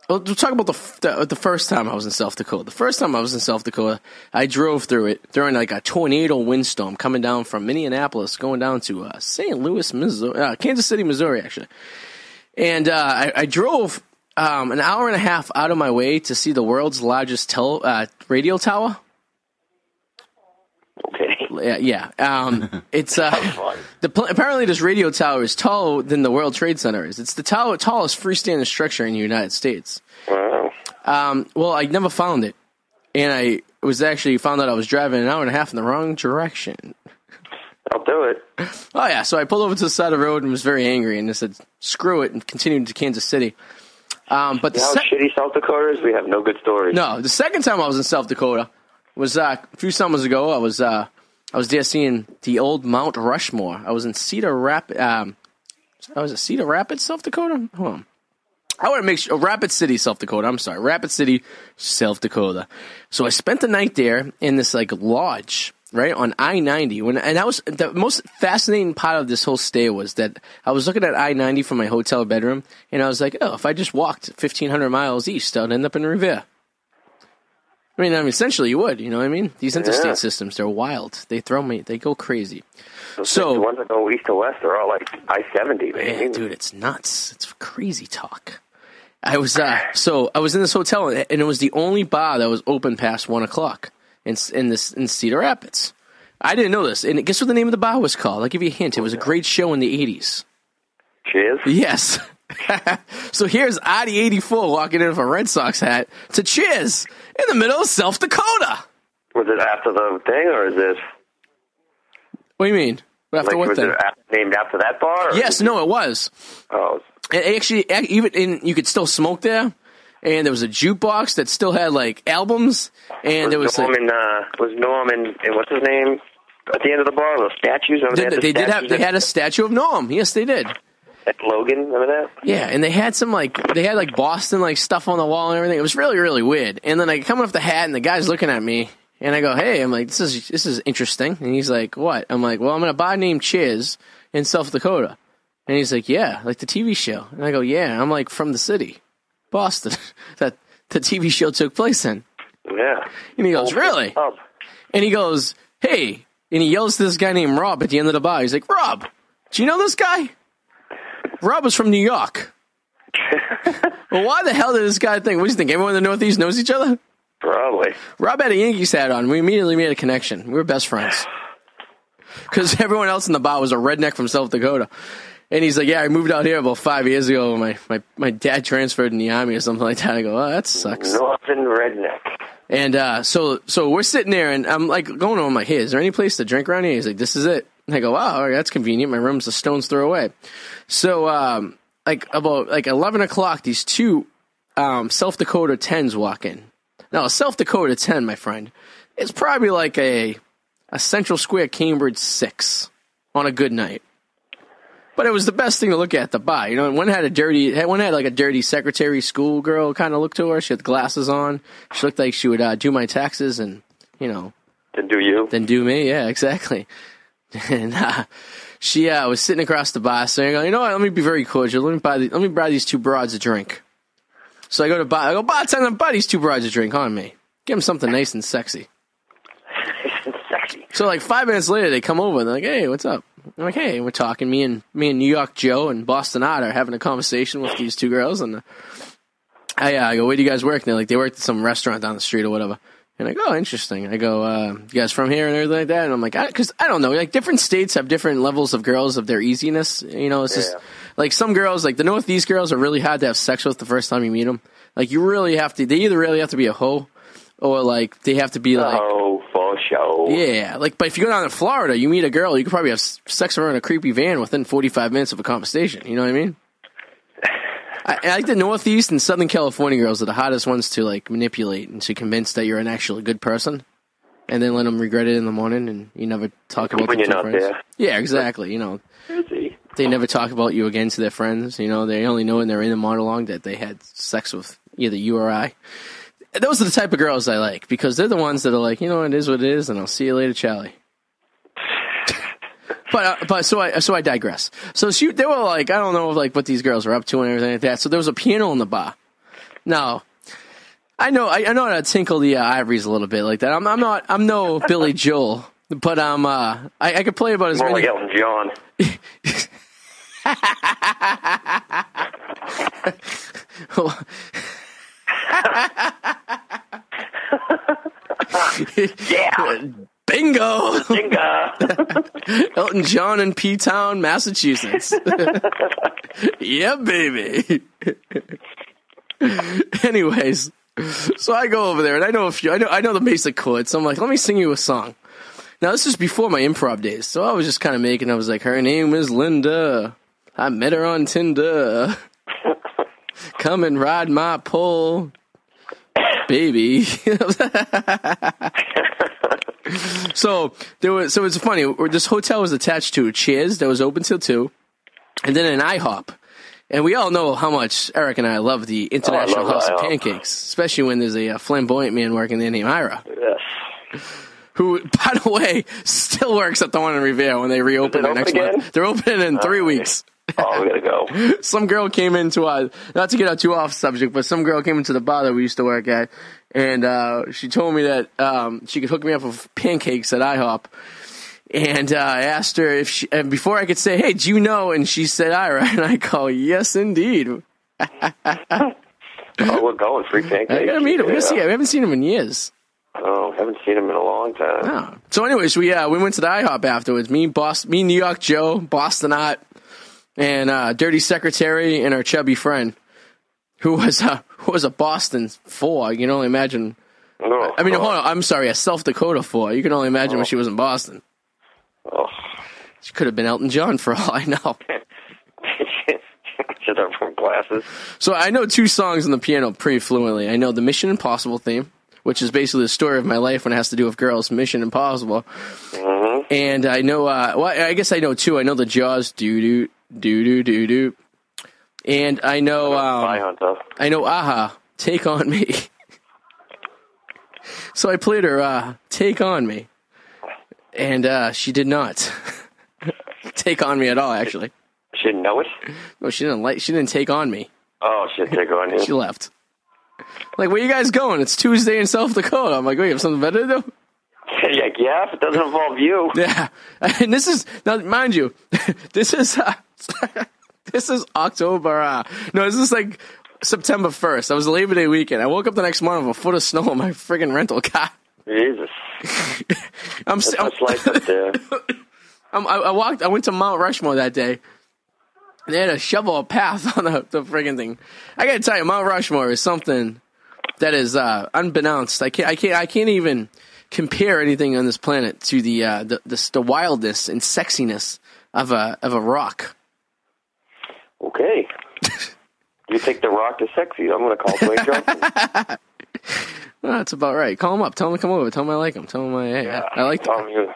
S8: well, we'll talk about the, f- the the first time I was in South Dakota. The first time I was in South Dakota, I drove through it during like a tornado windstorm coming down from Minneapolis, going down to uh, St. Louis, Missouri, uh, Kansas City, Missouri, actually. And uh, I, I drove um, an hour and a half out of my way to see the world's largest tel- uh, radio tower.
S9: Okay.
S8: Yeah, yeah. Um, it's uh, the pl- apparently this radio tower is taller than the World Trade Center is. It's the tower- tallest freestanding structure in the United States.
S9: Wow.
S8: Um, well, I never found it, and I was actually found out I was driving an hour and a half in the wrong direction.
S9: I'll do it.
S8: Oh yeah, so I pulled over to the side of the road and was very angry, and I said, "Screw it," and continued to Kansas City. Um, but the
S9: You know how
S8: sec-
S9: shitty South Dakota is? We have no good stories.
S8: No, the second time I was in South Dakota was uh, a few summers ago. I was uh, I was there seeing the old Mount Rushmore. I was in Cedar Rapids. Um, I was at Cedar Rapids, South Dakota. Hold on. I want to make sure oh, Rapid City, South Dakota. I'm sorry, Rapid City, South Dakota. So I spent the night there in this like lodge, right on I ninety. When and that was the most fascinating part of this whole stay was that I was looking at I ninety from my hotel bedroom, and I was like, oh, if I just walked fifteen hundred miles east, I'd end up in Revere. I mean, I mean, essentially, you would. You know what I mean? These interstate
S9: Yeah.
S8: systems, they're wild. They throw me. They go crazy.
S9: The
S8: So,
S9: ones that go east to west are all like I 70, man.
S8: yeah, dude, it's nuts. It's crazy talk. I was uh, so I was in this hotel, and it was the only bar that was open past one o'clock in in this in Cedar Rapids. I didn't know this, and guess what the name of the bar was called? I'll give you a hint. It was a great show in the eighties.
S9: Cheers.
S8: Yes. so here's Adi eighty four walking in with a Red Sox hat to Cheers in the middle of South Dakota.
S9: Was it after the thing or is this
S8: What do you mean? After
S9: like
S8: what
S9: was
S8: then?
S9: it after, named after that bar? or-
S8: Yes, no, it was.
S9: Oh,
S8: And actually, ac- even in, you could still smoke there. And there was a jukebox that still had like albums, and there was like,
S9: Norman. uh, was Norman and what's his name at the end of the bar? The statues. Remember
S8: they,
S9: had the
S8: they did have
S9: statues
S8: they had a statue of Norm. Yes, they did.
S9: at, at Logan. Remember that?
S8: Yeah, and they had some like they had like Boston like stuff on the wall and everything. It was really really weird. And then I come off the hat, and the guy's looking at me, and I go, "Hey," I'm like, "This is this is interesting." And he's like, "What?" I'm like, "Well, I'm in a bar named Chiz in South Dakota," and he's like, "Yeah, like the TV show." And I go, "Yeah," I'm like, "From the city, Boston, that the TV show took place in."
S9: Yeah.
S8: And he goes, "Really?"
S9: Up.
S8: And he goes, Hey. And he yells to this guy named Rob at the end of the bar. He's like, Rob, do you know this guy? Rob is from New York. well, why the hell did this guy think? What do you think? Everyone in the Northeast knows each other?
S9: Probably.
S8: Rob had a Yankees hat on. We immediately made a connection. We were best friends. Because everyone else in the bar was a redneck from South Dakota. And he's like, Yeah, I moved out here about five years ago. My, my, my dad transferred in the army or something like that. I go, Oh, that sucks.
S9: Northern redneck.
S8: And uh, so so we're sitting there, and I'm like going on. I'm like, hey, is there any place to drink around here? He's like, this is it. And I go, wow, all right, that's convenient. My room's a stone's throw away. So um, like about like eleven o'clock, these two um, South Dakota tens walk in. Now a South Dakota ten, my friend, is probably like a a Central Square Cambridge six on a good night. But it was the best thing to look at to buy. You know, one had a dirty, had- one had like a dirty secretary schoolgirl kind of look to her. She had glasses on. She looked like she would uh, do my taxes and, you know,
S9: Then do you?
S8: then do me. Yeah, exactly. And uh, she uh, was sitting across the bar, saying, "You know what? Let me be very cordial. Let me buy the, let me buy these two broads a drink." So I go to buy. I go bartender, buy these two broads a drink on me. Give them something nice and sexy.
S9: Sexy.
S8: So like five minutes later, they come over. They're like, "Hey, what's up?" I'm like, "Hey," and we're talking. Me and me and New York Joe and Boston Odd are having a conversation with these two girls, and uh, I, uh, I go, "Where do you guys work?" And they're like, "They work at some restaurant down the street or whatever." And I go, "Oh, interesting." I go, uh, "You guys from here and everything like that?" And I'm like, "Because I, don't know. Like different states have different levels of girls of their easiness. You know, it's just
S9: Yeah.
S8: like some girls, like the Northeast girls, are really hard to have sex with the first time you meet them. Like you really have to. They either really have to be a hoe, or like they have to be like."
S9: oh, for show.
S8: Yeah, like, but if you go down to Florida, you meet a girl, you could probably have s- sex with her in a creepy van within 45 minutes of a conversation. You know what I mean? I, I think the Northeast and Southern California girls are the hottest ones to like manipulate and to convince that you're an actually good person, and then let them regret it in the morning, and you never talk about
S9: When
S8: them
S9: you're
S8: to
S9: not
S8: friends.
S9: there.
S8: Yeah, exactly. You know,
S9: Sexy.
S8: they never talk about you again to their friends. You know, they only know when they're in the monologue that they had sex with either you or I. Those are the type of girls I like because they're the ones that are like, you know, it is what it is, and I'll see you later, Charlie. But uh, but so I so I digress. So she they were like I don't know like what these girls were up to and everything like that. So there was a piano in the bar. Now, I know I, I know how to tinkle the uh, ivories a little bit like that. I'm I'm not I'm no Billy Joel, but I'm uh I, I could play about as
S9: More like
S8: many.
S9: Elton John. Yeah.
S8: Bingo!
S9: Dinga.
S8: Elton John in P Town, Massachusetts. yeah, baby. Anyways, so I go over there and I know a few. I know I know the basic chords. So I'm like, let me sing you a song. Now this is before my improv days, so I was just kind of making. I was like, her name is Linda. I met her on Tinder. Come and ride my pole, baby. So there was so it's funny. This hotel was attached to a Cheers that was open till two, and then an IHOP. And we all know how much Eric and I love the International
S9: love
S8: House of
S9: IHOP.
S8: Pancakes, especially when there's a uh, flamboyant man working there named Ira,
S9: Yes.
S8: who, by the way, still works at the one in Revere when they reopen
S9: it
S8: their
S9: open
S8: next
S9: again?
S8: month. They're opening in three
S9: right.
S8: weeks.
S9: Oh, we gotta go.
S8: Some girl came into our not to get out too off subject, but some girl came into the bar that we used to work at, and uh, she told me that um, she could hook me up with pancakes at IHOP. And uh, I asked her if she, and before I could say, "Hey, do you know?" and she said, "Ira," and I go, "Yes, indeed.
S9: Oh, we're going. Free pancakes.
S8: I gotta meet him. We
S9: Yeah.
S8: gotta see him. We haven't seen him in years."
S9: Oh, haven't seen him in a long time.
S8: Oh. So, anyways, we uh, we went to the IHOP afterwards. Me, boss, me, New York Joe, Bostonot, and uh, Dirty Secretary, and our chubby friend, who was a who was a Boston four. You can only imagine.
S9: No.
S8: I mean, hold on. I'm sorry, a South Dakota four. You can only imagine when she was in Boston.
S9: Oh.
S8: She could have been Elton John for all I know.
S9: Should have from glasses.
S8: So I know two songs on the piano pretty fluently. I know the Mission Impossible theme, which is basically the story of my life when it has to do with girls. Mission Impossible. And I know, uh, well, I guess I know two. I know the Jaws, doo doo, doo doo, doo doo. And I know,
S9: Spy
S8: um,
S9: hunter.
S8: I know, aha, take on me. so I played her, uh, take on me. And, uh, she did not take on me at all, actually.
S9: She didn't know it.
S8: No, she didn't like, she didn't take on me.
S9: Oh, she didn't take on
S8: She
S9: you.
S8: left. Like, where you guys going? It's Tuesday in South Dakota. I'm like, wait, you have something better to do?
S9: like, yeah, if it doesn't involve you.
S8: Yeah. And this is, now, mind you, this is, uh, this is October, uh, no, this is like September 1st. I was Labor Day weekend. I woke up the next morning with a foot of snow on my friggin' rental car.
S9: Jesus.
S8: I'm,
S9: That's
S8: si- I'm,
S9: what's like up there.
S8: I'm, I I walked, I went to Mount Rushmore that day. They had to shovel a path on the, the friggin' thing. I gotta tell you, Mount Rushmore is something that is uh, unbeknownst. I can't, I can't, I can't even compare anything on this planet to the uh, the, the the wildness and sexiness of a of a rock.
S9: Okay. you think The Rock is sexy. I'm going to call Dwayne Johnson.
S8: Well, that's about right. Call him up. Tell him to come over. Tell him I like him. Tell him I, hey, I, I like. The,
S9: Tell him you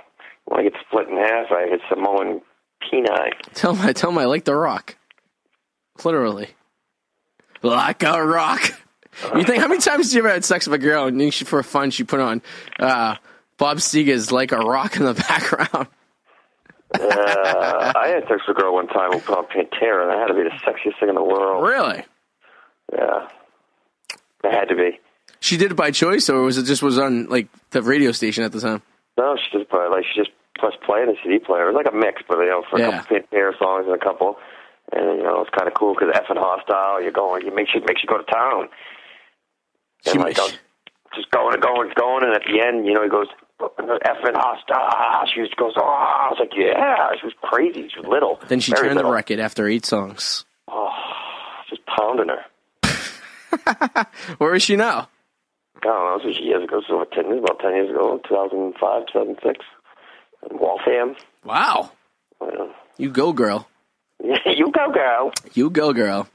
S9: want to get split in half. I hit Samoan Kenai.
S8: tell him I tell him I like the rock. Literally, like a rock. You think how many times did you ever had sex with a girl and you should, for fun she put on uh, Bob Seger's "Like a Rock" in the background?
S9: Uh, I had sex with a girl one time who put on Pantera, and I had to be the sexiest thing in the world.
S8: Really?
S9: Yeah. I had to be.
S8: She did it by choice, or was it just was on like the radio station at the time?
S9: No, she just put like she just pressed play in the CD player. It was like a mix, but you know, for
S8: Yeah.
S9: a couple Pantera songs and a couple, and you know, it's kind of cool because effing hostile. You're going, you makes you makes you go to town.
S8: She-
S9: and like I'm just going and going and going, and at the end, you know, he goes effing hostile. She just goes, oh, I was like, yeah, she was crazy. She was little.
S8: Then she
S9: Very
S8: turned
S9: little. Ah,
S8: the record after eight songs.
S9: just pounding her.
S8: Where is she now?
S9: I don't know, this was years ago. This was over ten, this was about ten years ago, 2005, 2006, in Waltham.
S8: Wow. You go, girl.
S9: you go, girl.
S8: You go, girl.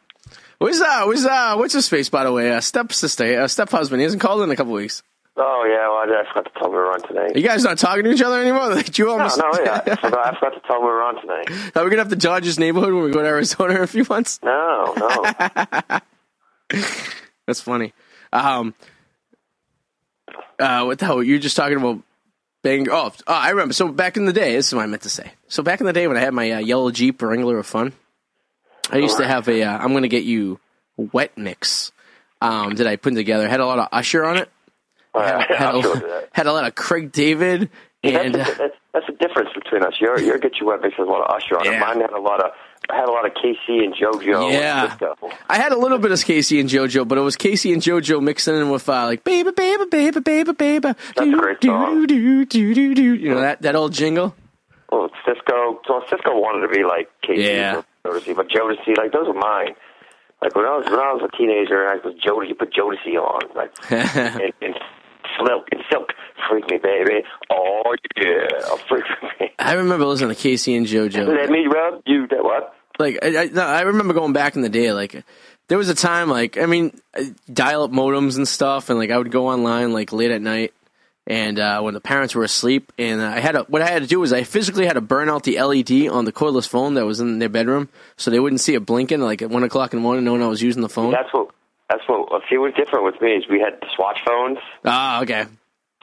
S8: Where's uh, where's uh, what's his face by the way? Uh, step sister, uh, step husband. He hasn't called in a couple weeks.
S9: Oh yeah, well, I, I forgot to tell her on today.
S8: Are you guys not talking to each other anymore? Like you
S9: No,
S8: almost.
S9: no, yeah. I forgot, I forgot to tell him we were on tonight.
S8: Are we gonna have to dodge his neighborhood when we go to Arizona in a few months?
S9: No, no.
S8: That's funny. Um, uh, what the hell? You were just talking about bang. Oh, oh, I remember. So back in the day, this is what I meant to say. So back in the day when I had my uh, yellow Jeep Wrangler of Fun, I used to have a. Uh, I'm gonna get you wet mix um, that I put together. Had a lot of Usher on it.
S9: Alright,
S8: Had
S9: I'll do
S8: a,
S9: that.
S8: had a lot of Craig David
S9: That's,
S8: and. uh,
S9: the- that's, that's the difference between us. Your your get your weapons has a lot of Usher on
S8: Yeah.
S9: it. Mine had a lot of I had a lot of KC and JoJo.
S8: Yeah.
S9: And disco.
S8: I had a little bit of Casey and JoJo, but it was Casey and JoJo mixing in with uh, like baby, baby, baby, baby, baby.
S9: That's a great
S8: Do,
S9: song.
S8: do, do, do. You know that that old jingle.
S9: Well, Oh, Cisco. So Cisco wanted to be like KC,
S8: Yeah.
S9: or Jodeci, but Jodeci, like those were mine. Like when I was when I was a teenager, I was Jody. You put Jodeci on, like and, and silk and silk, freak me, baby. Oh yeah, I'll freak me.
S8: I remember listening to Casey and JoJo.
S9: Let me rub you. That what?
S8: Like I, I, no, I remember going back in the day. Like there was a time, like I mean, dial up modems and stuff, and like I would go online like late at night. And uh, when the parents were asleep, and uh, I had a, what I had to do was I physically had to burn out the LED on the cordless phone that was in their bedroom, so they wouldn't see it blinking like at one o'clock in the morning, knowing I was using the phone.
S9: That's what. That's what. See, what's different with me is we had swatch phones,
S8: Ah, okay.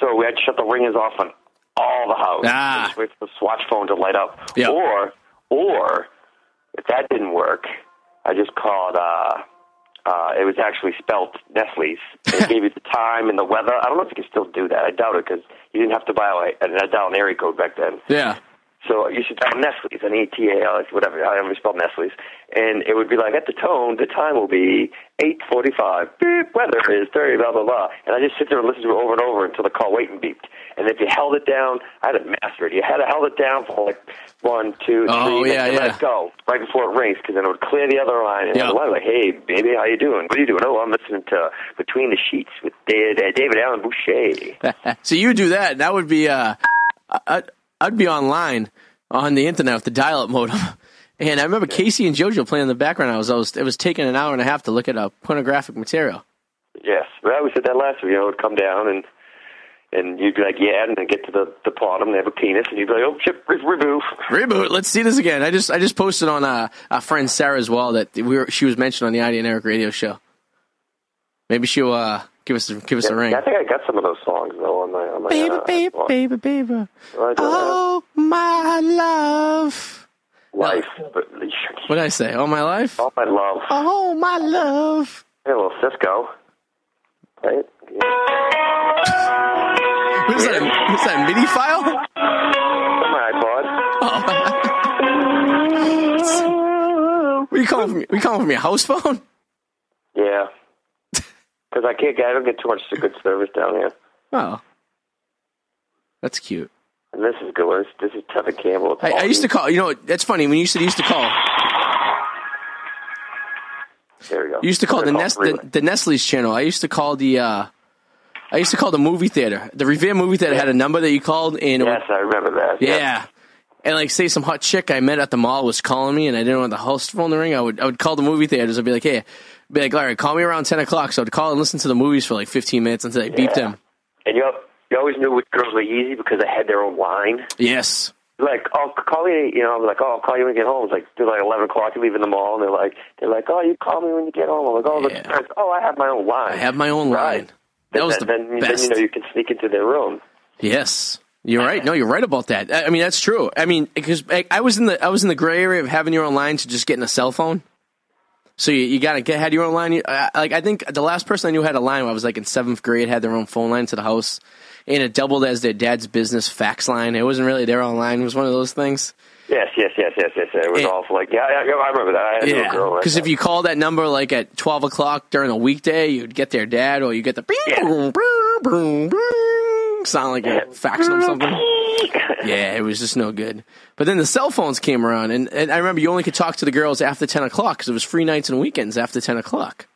S9: so we had to shut the ringers off on all the house.
S8: Ah.
S9: Just Wait for the swatch phone to light up.
S8: Yeah.
S9: Or, or if that didn't work, I just called. uh uh, it was actually spelt Nestle's. And It gave you the time and the weather. I don't know if you can still do that. I doubt it because you didn't have to buy a, a dial and area code back then.
S8: Yeah.
S9: So you should dial Nestle's, an E ETA, whatever, however you spell Nestle's. And it would be like, at the tone, the time will be 8.45. Beep, weather is 30, blah, blah, blah. And I just sit there and listen to it over and over until the call waiting beeped. And if you held it down, I had it mastered. You had to held it down for like one, two, three,
S8: Oh,
S9: and
S8: yeah,
S9: then
S8: yeah.
S9: let it go right before it rings because then it would clear the other line. And
S8: Yeah.
S9: I was like, hey, baby, how you doing? What are you doing? Oh, I'm listening to Between the Sheets with Da- Da- David Allen Boucher.
S8: So you do that. and That would be uh, I- I'd, I'd be online on the internet with the dial-up modem. And I remember Casey and JoJo playing in the background. I was, I was, it was taking an hour and a half to look at a pornographic material.
S9: Yes, well, we said that last week. You know, it would come down and and you'd be like, yeah, and then get to the the bottom, they have a penis, and you'd be like, oh, chip, re- remove.
S8: Reboot. Let's see this again. I just, I just posted on uh, our friend Sarah's wall that we were, she was mentioned on the Ida and Eric radio show. Maybe she'll uh, give us, give us a ring.
S9: Yeah, I think I got some of those songs though on my on my.
S8: Baby,
S9: uh,
S8: baby,
S9: well,
S8: baby, baby.
S9: I don't know.
S8: Oh my love.
S9: life, but
S8: What did I say? All my life.
S9: all my love.
S8: Oh my love.
S9: Hey, little Cisco, right? Yeah.
S8: What is that? What's that MIDI file?
S9: My iPod.
S8: What are you calling from? We calling from your house phone?
S9: Yeah. Because I can't, get- I don't get too much good service down here.
S8: Oh, that's cute.
S9: And this is good. This, this is Tevin Campbell.
S8: I, I used to call. You know, that's funny. When you said you used to call,
S9: There we go.
S8: You used to call it the,
S9: They're
S8: Nest,
S9: called
S8: the, the Nestle's channel. I used to call the uh, I used to call the movie theater. The Revere movie theater had a number that you called, and it would-
S9: Relay. Yes, I remember that.
S8: yeah.
S9: Yep.
S8: And like, say some hot chick I met at the mall was calling me, and I didn't want the host phone to ring. I would I would call the movie theaters. I'd be like, hey, be like, all right, call me around ten o'clock. So I'd call and listen to the movies for like fifteen minutes until I beeped
S9: Yeah.
S8: him.
S9: And you, al- you always knew which girls were easy because they had their own line.
S8: Yes.
S9: Like, I'll call you, you know, I'm like, oh, I'll call you when you get home. It's like, they're like 11 o'clock, you leave in the mall, and they're like, they're like, oh, you call me when you get home. I'm like, oh,
S8: Yeah.
S9: the parents, oh I have my own line.
S8: I have my own
S9: Right.
S8: line. That was the
S9: then, then,
S8: best.
S9: Then, you know, you can sneak into their room.
S8: Yes, you're right. No, you're right about that. I I mean, that's true. I mean, because I I was in the I was in the gray area of having your own line to just getting a cell phone. So you, you gotta get had your own line. You, I, I- like I think the last person I knew had a line. When I was like in seventh grade, had their own phone line to the house, and it doubled as their dad's business fax line. It wasn't really their own line. It was one of those things.
S9: Yes, yes, yes, yes, yes. yes. It was
S8: Yeah.
S9: awful. Like, yeah, I, I remember that. I had a little girl. like
S8: because if
S9: that.
S8: you call that number like at twelve o'clock during a weekday, you'd get their dad, or you get the
S9: Yeah.
S8: boom, boom, boom, boom, sound like you're faxing them something. Yeah, it was just no good. But then the cell phones came around, and, and I remember you only could talk to the girls after 10 o'clock because it was free nights and weekends after 10 o'clock.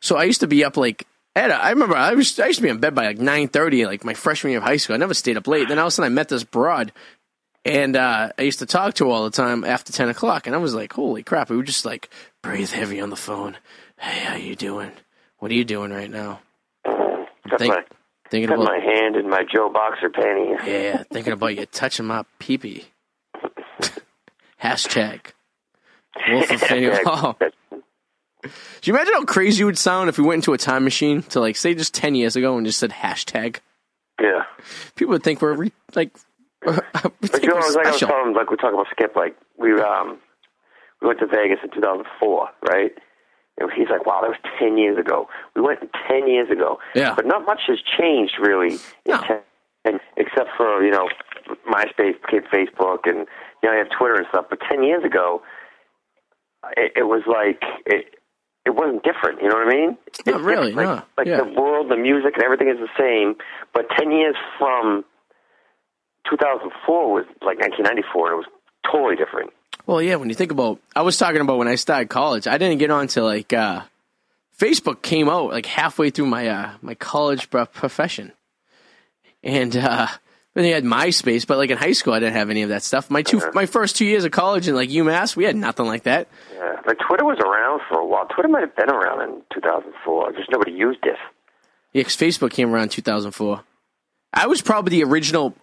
S8: So I used to be up like, at a, I remember I, was, I used to be in bed by like 9.30, like my freshman year of high school. I never stayed up late. Then all of a sudden I met this broad, and uh, I used to talk to her all the time after 10 o'clock. And I was like, holy crap, we would just like breathe heavy on the phone. Hey, how you doing? What are you doing right now?
S9: got
S8: Think-
S9: my,
S8: thinking
S9: got
S8: about
S9: my hand in my Joe Boxer panties.
S8: Yeah, thinking about you touching my peepee. Hashtag. Wolf of Faneuil Hall. Do you imagine how crazy you would sound if we went into a time machine to like say just ten years ago and just said hashtag?
S9: yeah.
S8: People would think we're re- like, we
S9: But
S8: think
S9: you know,
S8: we're
S9: it was like I was
S8: special.
S9: telling him, like we talking about Skip, like we um we went to Vegas in 2004, right? And he's like, "Wow, that was 10 years ago. We went 10 years ago."
S8: Yeah.
S9: But not much has changed really, in
S8: No.
S9: 10, and except for you know, MySpace became Facebook, and you know, you have Twitter and stuff. But 10 years ago, it, it was like it. It wasn't different, you know what I mean?
S8: Not
S9: It's
S8: really,
S9: different.
S8: no.
S9: Like, like
S8: Yeah.
S9: the world, the music, and everything is the same. But 10 years from 2004 was like 1994, and it was totally different.
S8: Well, yeah, when you think about, I was talking about when I started college. I didn't get on to like uh, Facebook came out like halfway through my uh, my college pro- profession, and uh, then they had MySpace. But like in high school, I didn't have any of that stuff. My two my first two years of college in like UMass, we had nothing like that.
S9: Yeah. Like Twitter was around for a while. Twitter might have been around in 2004. Just nobody used it.
S8: Yeah, 'cause Facebook came around 2004. I was probably the original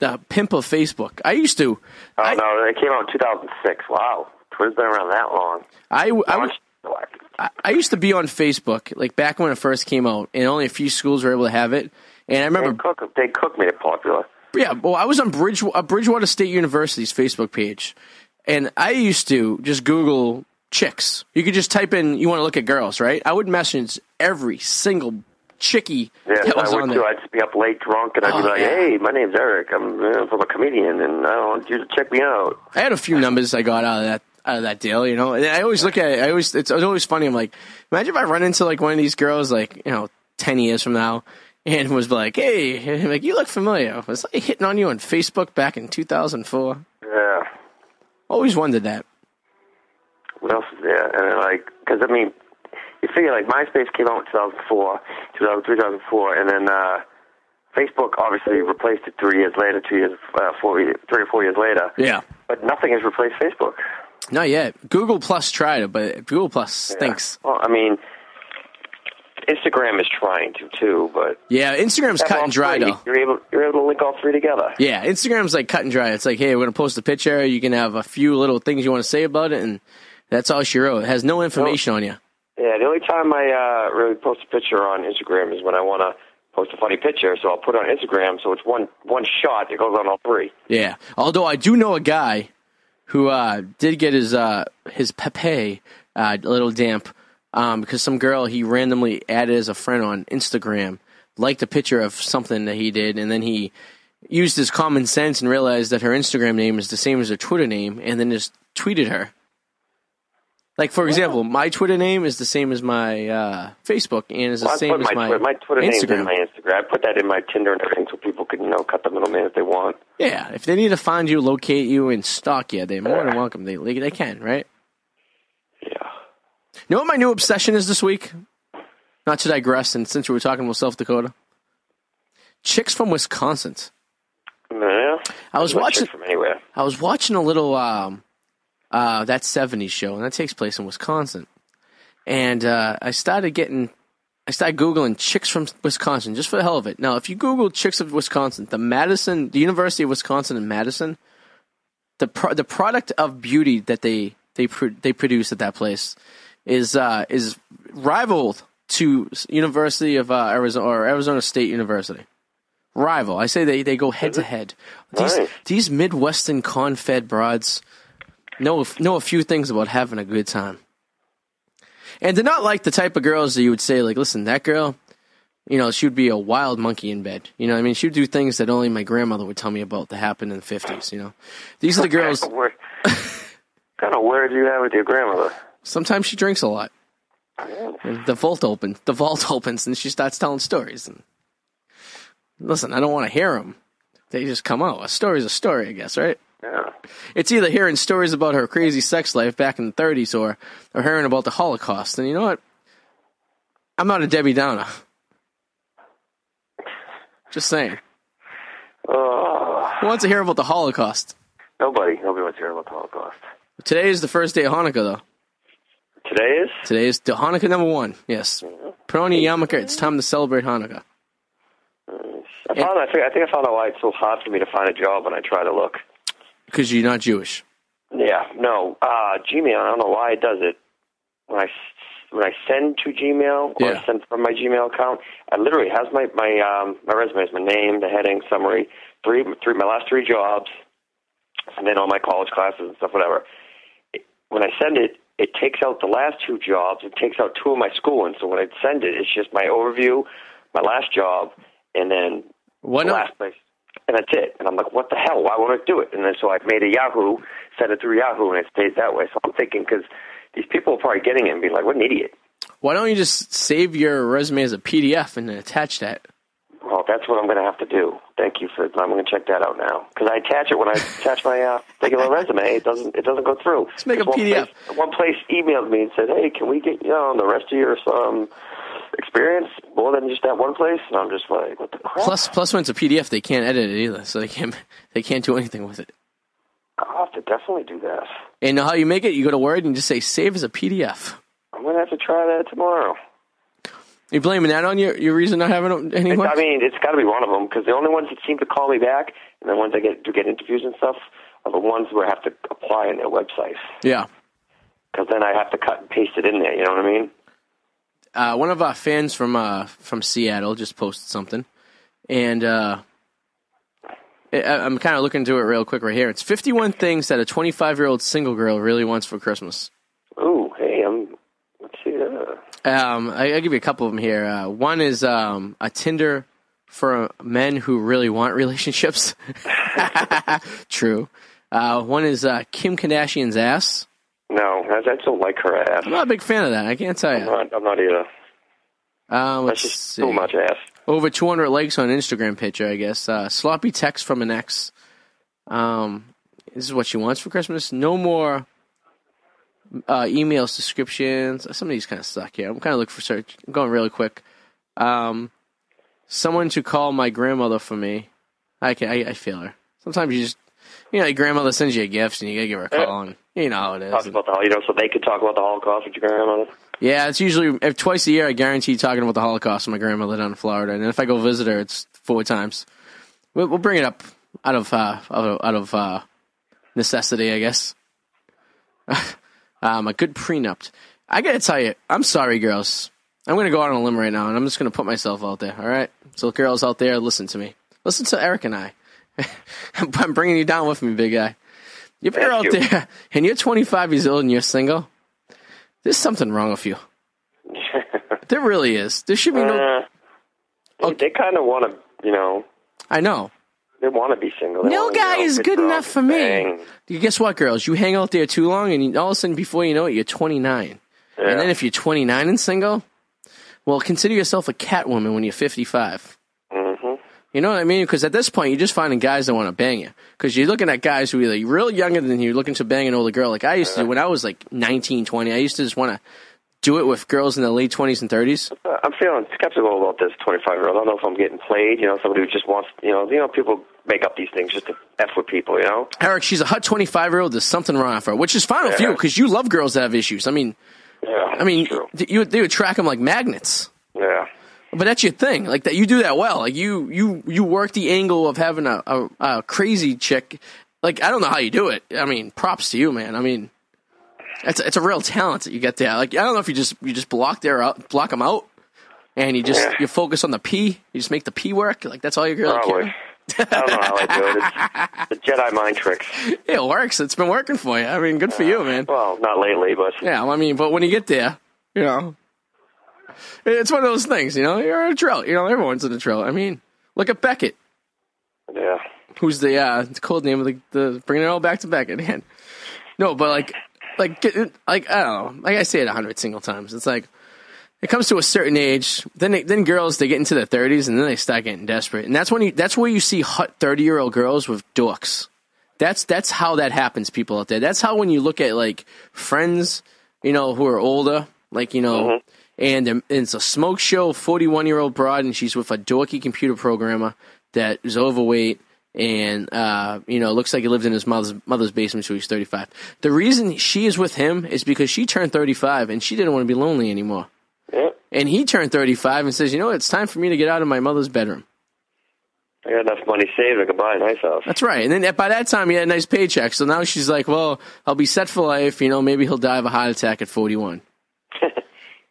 S8: the pimp of Facebook. I used to.
S9: Oh
S8: I,
S9: no, it came out in 2006. Wow, Twitter's been around that long.
S8: I, I, was-
S9: Launched-
S8: I, I used to be on Facebook, like back when it first came out, and only a few schools were able to have it. And I
S9: Dane
S8: remember,
S9: Cook, Dane Cook made it popular.
S8: yeah, well, I was on Bridge, uh, Bridgewater State University's Facebook page, and I used to just Google chicks. You could just type in, you want to look at girls, right? I would message every single chickie
S9: Yeah,
S8: that was
S9: I
S8: on
S9: would too.
S8: there.
S9: I'd just be up late drunk, and I'd
S8: Oh,
S9: be like,
S8: yeah.
S9: "Hey, my name's Eric. I'm, uh, I'm a comedian, and I want you to check me out."
S8: I had a few numbers I got out of that out of that deal, you know. And I always look at it. I always it's, it's always funny. I'm like, imagine if I run into like one of these girls, like you know, ten years from now, and was like, hey, and like you look familiar. Was I hitting on you on Facebook back in 2004?
S9: Yeah.
S8: Always wondered that.
S9: What else is there? And then, like, because I mean, you figure like MySpace came out in 2004, 2003, 2004, and then uh, Facebook obviously replaced it three years later, two years, uh, four, years- three or four years later.
S8: Yeah.
S9: But nothing has replaced Facebook.
S8: Not yet. Google Plus tried it, but Google Plus stinks.
S9: Well, I mean, Instagram is trying to too, but
S8: Yeah, Instagram's cut and dry though.
S9: You're able, you're able to link all three together.
S8: Yeah, Instagram's like cut and dry. It's like, hey, we're gonna post a picture. You can have a few little things you want to say about it, and that's all she wrote. It has no information on you.
S9: Yeah, the only time I uh, really post a picture on Instagram is when I want to post a funny picture. So I'll put it on Instagram. So it's one one shot. It goes on all three.
S8: Yeah. Although I do know a guy who uh, did get his uh, his Pepe uh, a little damp um, because some girl he randomly added as a friend on Instagram liked a picture of something that he did, and then he used his common sense and realized that her Instagram name is the same as her Twitter name, and then just tweeted her. Like for example, my Twitter name is the same as my uh, Facebook, and is the
S9: Well, I
S8: same
S9: put
S8: as
S9: my,
S8: my
S9: Twi- my Twitter name's
S8: Instagram.
S9: in my Instagram. I put that in my Tinder and everything, so people can you know cut the middleman if they want.
S8: Yeah, if they need to find you, locate you, and stalk you, they're more than welcome. They they can, right?
S9: Yeah.
S8: You know what my new obsession is this week? Not to digress, and since we were talking about South Dakota, chicks from Wisconsin.
S9: Yeah.
S8: I was
S9: Like
S8: watching
S9: chicks from anywhere.
S8: I was watching a little um, uh, that '70s show, and that takes place in Wisconsin. And uh, I started getting, I started googling chicks from Wisconsin just for the hell of it. Now, if you Google chicks of Wisconsin, the Madison, the University of Wisconsin in Madison, the pro- the product of beauty that they they pro- they produce at that place is uh, is rivaled to University of uh, Arizona or Arizona State University. Rival, I say they, they go head to head. These
S9: Nice.
S8: these Midwestern con-fed broads know a- know a few things about having a good time, and they're not like the type of girls that you would say like, listen, that girl, you know, she would be a wild monkey in bed. You know, what I mean, she would do things that only my grandmother would tell me about that happened in the fifties. You know, these are the girls.
S9: Where, kind of where do you have with your grandmother?
S8: Sometimes she drinks a lot. And the vault opens. The vault opens, and she starts telling stories. And listen, I don't want to hear them. They just come out. A story's a story, I guess, right?
S9: Yeah.
S8: It's either hearing stories about her crazy sex life back in the 30s, or or hearing about the Holocaust. And you know what? I'm not a Debbie Downer. Just saying.
S9: Oh,
S8: Who wants to hear about the Holocaust?
S9: nobody. Nobody wants to hear about the Holocaust.
S8: Today is the first day of Hanukkah, though.
S9: Today is?
S8: Today is the Hanukkah number one. Yes. Peroni Yarmulke, it's time to celebrate Hanukkah.
S9: I, found, I, think, I think I found out why it's so hard for me to find a job when I try to look.
S8: Because you're not Jewish.
S9: Yeah, no. Uh, Gmail, I don't know why it does it. When I, s- when I send to Gmail or
S8: Yeah.
S9: send from my Gmail account, I literally has my, my, um, my resume, is my name, the heading, summary, three, three, my last three jobs, and then all my college classes and stuff, whatever. It, when I send it, it takes out the last two jobs. It takes out two of my school ones. So when I send it, it's just my overview, my last job, and then
S8: Why
S9: the
S8: not?
S9: last place. And that's it. And I'm like, what the hell? Why won't it do it? And then so I made a Yahoo, sent it through Yahoo, and it stays that way. So I'm thinking, because these people are probably getting it and being like, what an idiot.
S8: Why don't you just save your resume as a PDF and then attach that?
S9: Well, that's what I'm going to have to do. Thank you for. I'm going to check that out now because I attach it when I attach my uh, regular resume. It doesn't. It doesn't go through. Let's
S8: make a PDF.
S9: one place emailed me and said, "Hey, can we get you on the rest of your um, experience more than just that one place?" And I'm just like, "What the crap?"
S8: Plus, plus when it's a PDF, they can't edit it either, so they can't they can't do anything with it.
S9: I'll have to definitely do that.
S8: And how you make it? You go to Word and just say save as a PDF.
S9: I'm going to have to try that tomorrow.
S8: You blaming that on your your reason not having any
S9: It's,
S8: work?
S9: I mean, it's got to be one of them because the only ones that seem to call me back and the ones that get to get interviews and stuff are the ones where I have to apply on their websites
S8: yeah.
S9: because then I have to cut and paste it in there. You know what I mean?
S8: uh, one of our fans from uh, from Seattle just posted something, and uh, I, I'm kind of looking through it real quick right here. It's 51 things that a 25 year old single girl really wants for Christmas.
S9: Ooh, hey, I'm. Let's see. Uh,
S8: Um, I, I'll give you a couple of them here. Uh, one is um, a Tinder for uh, men who really want relationships. True. Uh, one is uh, Kim Kardashian's ass.
S9: no, I, I don't like her ass.
S8: I'm not a big fan of that. I can't tell
S9: I'm
S8: you.
S9: not, I'm not either.
S8: Um, let's
S9: That's just
S8: see.
S9: too much ass.
S8: over 200 likes on Instagram picture, I guess. Uh, sloppy text from an ex. Um, this is what she wants for Christmas. No more uh, email subscriptions. Some of these kind of suck here. I'm kind of looking for search. I'm going really quick. Um, someone to call my grandmother for me. I can. I, I feel her. Sometimes you just, you know, your grandmother sends you gifts and you gotta give her a call, and you know how it is.
S9: Talk about the hol- you know, so they could talk about the Holocaust with your grandmother.
S8: Yeah, it's usually if twice a year. I guarantee talking about the Holocaust with my grandmother down in Florida, and if I go visit her, it's four times. We'll, we'll bring it up out of uh, out of, out of uh, necessity, I guess. um, a good prenup. I gotta tell you, I'm sorry, girls. I'm gonna go out on a limb right now, and I'm just gonna put myself out there. All right, so girls out there, listen to me. Listen to Eric and I. I'm bringing you down with me, big guy. If you're out
S9: Thank you.
S8: there and you're 25 years old and you're single, there's something wrong with you. There really is. There should be no.
S9: Uh, they, they kind of want to, you know,
S8: I know.
S9: they want to be single. They
S8: No
S9: wanna, you
S8: guy
S9: know,
S8: is
S9: get
S8: good
S9: drunk,
S8: enough for me.
S9: bang.
S8: You guess what, girls? You hang out there too long, and you, all of a sudden, before you know it, you're 29.
S9: Yeah.
S8: And then if you're 29 and single, well, consider yourself a catwoman when you're 55.
S9: Mhm.
S8: You know what I mean? Because at this point, you're just finding guys that want to bang you. Because you're looking at guys who are either real younger than you, looking to bang an older girl. Like I used to do when I was like 19, 20. I used to just want to do it with girls in the late 20s and 30s?
S9: Uh, I'm feeling skeptical about this 25 year old. I don't know if I'm getting played. You know, somebody who just wants, you know, you know, people make up these things just to f with people. You know,
S8: Eric, she's a hot 25 year old. There's something wrong with her, which is fine with you
S9: Yeah.
S8: because you love girls that have issues. I mean,
S9: Yeah,
S8: I mean,
S9: true.
S8: th- you they would track them like magnets.
S9: yeah,
S8: But that's your thing, like that. You do that well. Like you, you, you work the angle of having a, a, a crazy chick. Like I don't know how you do it. I mean, props to you, man. I mean, it's it's a real talent that you get there. Like I don't know if you just you just block their out, block them out, and you just
S9: Yeah.
S8: you focus on the P. You just make the P work. Like that's all you're really
S9: probably. I don't know how I do it. It's the Jedi mind tricks.
S8: It works. It's been working for you. I mean, good for you, man.
S9: Well, not lately, but
S8: Yeah, well, I mean, but when you get there, you know, it's one of those things. You know, you're in a drought. You know, everyone's in a drought. I mean, look at Beckett.
S9: yeah.
S8: who's the uh the code name of the, the bringing it all back to back again. No, but like like get, like I don't know. Like I say it a hundred single times. It's like it comes to a certain age, then they, then girls they get into their thirties and then they start getting desperate, and that's when you that's where you see hot thirty year old girls with dorks. That's that's how that happens, people out there. That's how when you look at like friends, you know, who are older, like you know, and, um, and it's a smoke show. Forty one year old broad, and she's with a dorky computer programmer that is overweight and uh, you know looks like he lived in his mother's mother's basement until he's thirty five. The reason she is with him is because she turned thirty five and she didn't want to be lonely anymore.
S9: yeah.
S8: And he turned thirty five and says, you know, what? it's time for me to get out of my mother's bedroom.
S9: I got enough money saved. I could buy a nice house.
S8: That's right. And then at- by that time, he had a nice paycheck. So now she's like, well, I'll be set for life. You know, maybe he'll die of a heart attack at 41.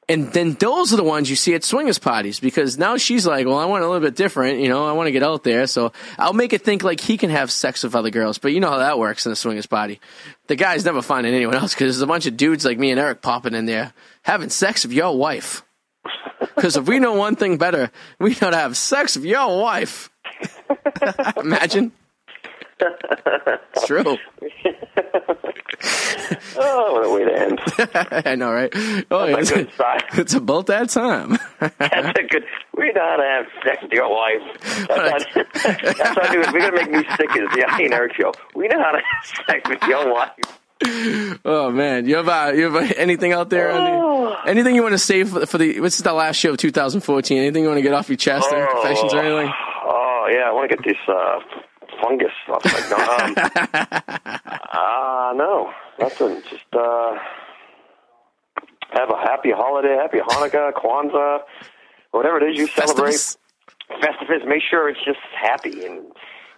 S8: and then those are the ones you see at swingers parties because now she's like, well, I want a little bit different. You know, I want to get out there. So I'll make it think like he can have sex with other girls. But you know how that works in a swingers party. The guy's never finding anyone else because there's a bunch of dudes like me and Eric popping in there having sex with your wife. Because if we know one thing better, we know to have sex with your wife. Imagine. It's true.
S9: Oh, what a way to end.
S8: I know, right? Oh, yeah, it's,
S9: That's a good sign.
S8: it's about that time.
S9: That's a good. We know how to have sex with your wife. That's not, that's not even, we're gonna make me sick as the Ian Eric show. We know how to have sex with your wife.
S8: oh man, you have uh, you have uh, anything out there?
S9: Oh.
S8: On the, anything you want to say for, the- for the? What's the last show of 2014? Anything you want to get off your chest? Any confessions or anything?
S9: Oh yeah, I want to get this uh, fungus off my gum. Um, uh, no, nothing. Just uh, have a happy holiday, happy Hanukkah, Kwanzaa, whatever it is you celebrate.
S8: Festivus?
S9: Festivus, make sure it's just happy and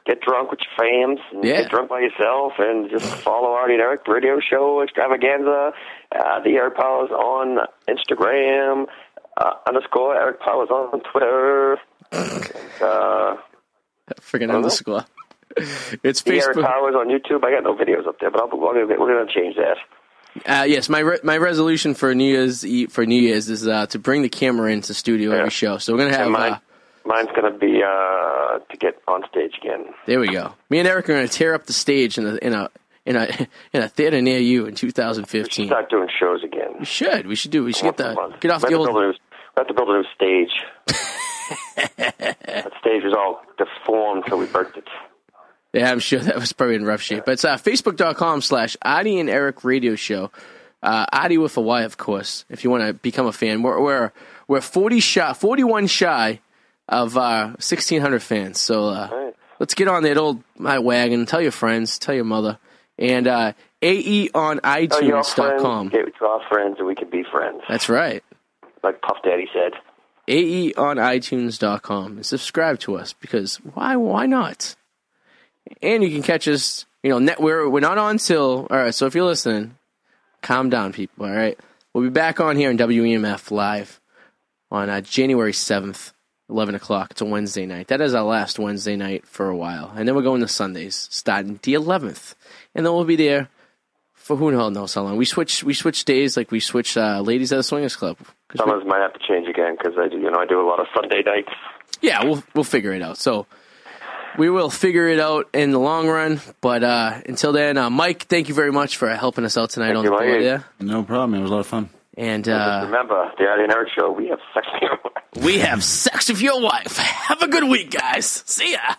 S9: get drunk with your fams and
S8: Yeah.
S9: get drunk by yourself and just follow Artie and Eric radio show extravaganza. Uh, the Eric Powers on Instagram uh, underscore Eric Powers on Twitter. Uh,
S8: Freaking underscore. It's
S9: the Eric
S8: Facebook.
S9: Powers on YouTube. I got no videos up there, but I'll, we're gonna- we're going to change that.
S8: Uh, yes, my re- my resolution for New Year's Eve, for New Year's is uh, to bring the camera into studio
S9: Yeah.
S8: every show. So we're gonna have.
S9: And mine,
S8: Uh,
S9: mine's going to be uh, to get on stage again.
S8: there we go. Me and Eric are gonna tear up the stage in a in a in a in a theater near you in 2015.
S9: Start doing shows again.
S8: Should we should do we should get the
S9: Once a
S8: get off
S9: month.
S8: the
S9: we have to build
S8: old
S9: a new- we have to build a new stage. that stage was all deformed, so we burnt it.
S8: yeah I'm sure that was probably in rough shape but it's uh, facebook.com slash Adi and Eric Radio Show uh, Adi with a Y of course if you want to become a fan we're we're we're 40 shy 41 shy of uh, 1600 fans so uh, let's get on that old my wagon tell your friends tell your mother and uh, AE on
S9: Tell your friends,
S8: iTunes.com
S9: get with our friends, and we can be friends.
S8: that's right
S9: Like Puff Daddy said.
S8: AE E on iTunes.com and subscribe to us because why why not? And you can catch us, you know, net we're we're not on till all right, so if you're listening, calm down people, all right? We'll be back on here on WEMF live on uh, January seventh, eleven o'clock. It's a Wednesday night. That is our last Wednesday night for a while. And then we're going to Sundays, starting the eleventh. And then we'll be there for who the hell knows how long. We switch we switch days like we switch uh, ladies at the swingers club. 'Cause we-
S9: Summers might have to change again because I, do- you know, I do a lot of Sunday nights.
S8: yeah, we'll we'll figure it out. So we will figure it out in the long run. But uh, until then, uh, Mike, thank you very much for helping us out tonight on
S9: you,
S8: the board.
S9: Mike.
S8: Yeah,
S7: No problem. man. It was a lot of fun.
S8: and uh,
S9: Remember, the Artie and Eric show. We have sex.
S8: we have sex with your wife. Have a good week, guys. See ya.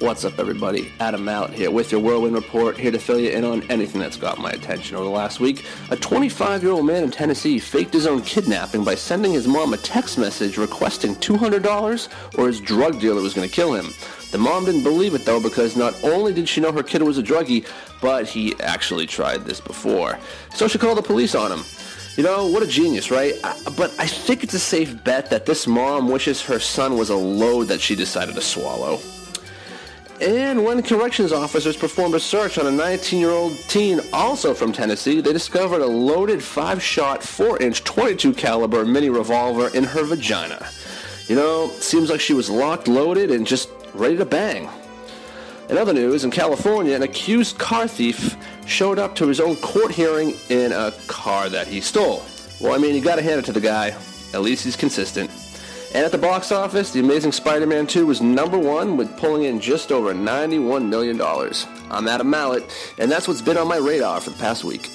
S9: What's up, everybody? Adam Mallett here with your Whirlwind Report, here to fill you in on anything that's got my attention over the last week. A 25 year old man in Tennessee faked his own kidnapping by sending his mom a text message requesting $200 or his drug dealer was going to kill him. The mom didn't believe it though because not only did she know her kid was a druggie, but he actually tried this before. So she called the police on him. You know, what a genius, right? I, but I think it's a safe bet that this mom wishes her son was a load that she decided to swallow. And when corrections officers performed a search on a 19 year old teen, also from Tennessee, they discovered a loaded 5 shot, 4 inch 22 caliber mini revolver in her vagina. You know, seems like she was locked, loaded, and just ready to bang. In other news, in California, an accused car thief showed up to his own court hearing in a car that he stole. Well, I mean, you gotta hand it to the guy. At least he's consistent. And at the box office, The Amazing Spider Man 2 was number one with pulling in just over $91 million. I'm Adam Mallet, and that's what's been on my radar for the past week.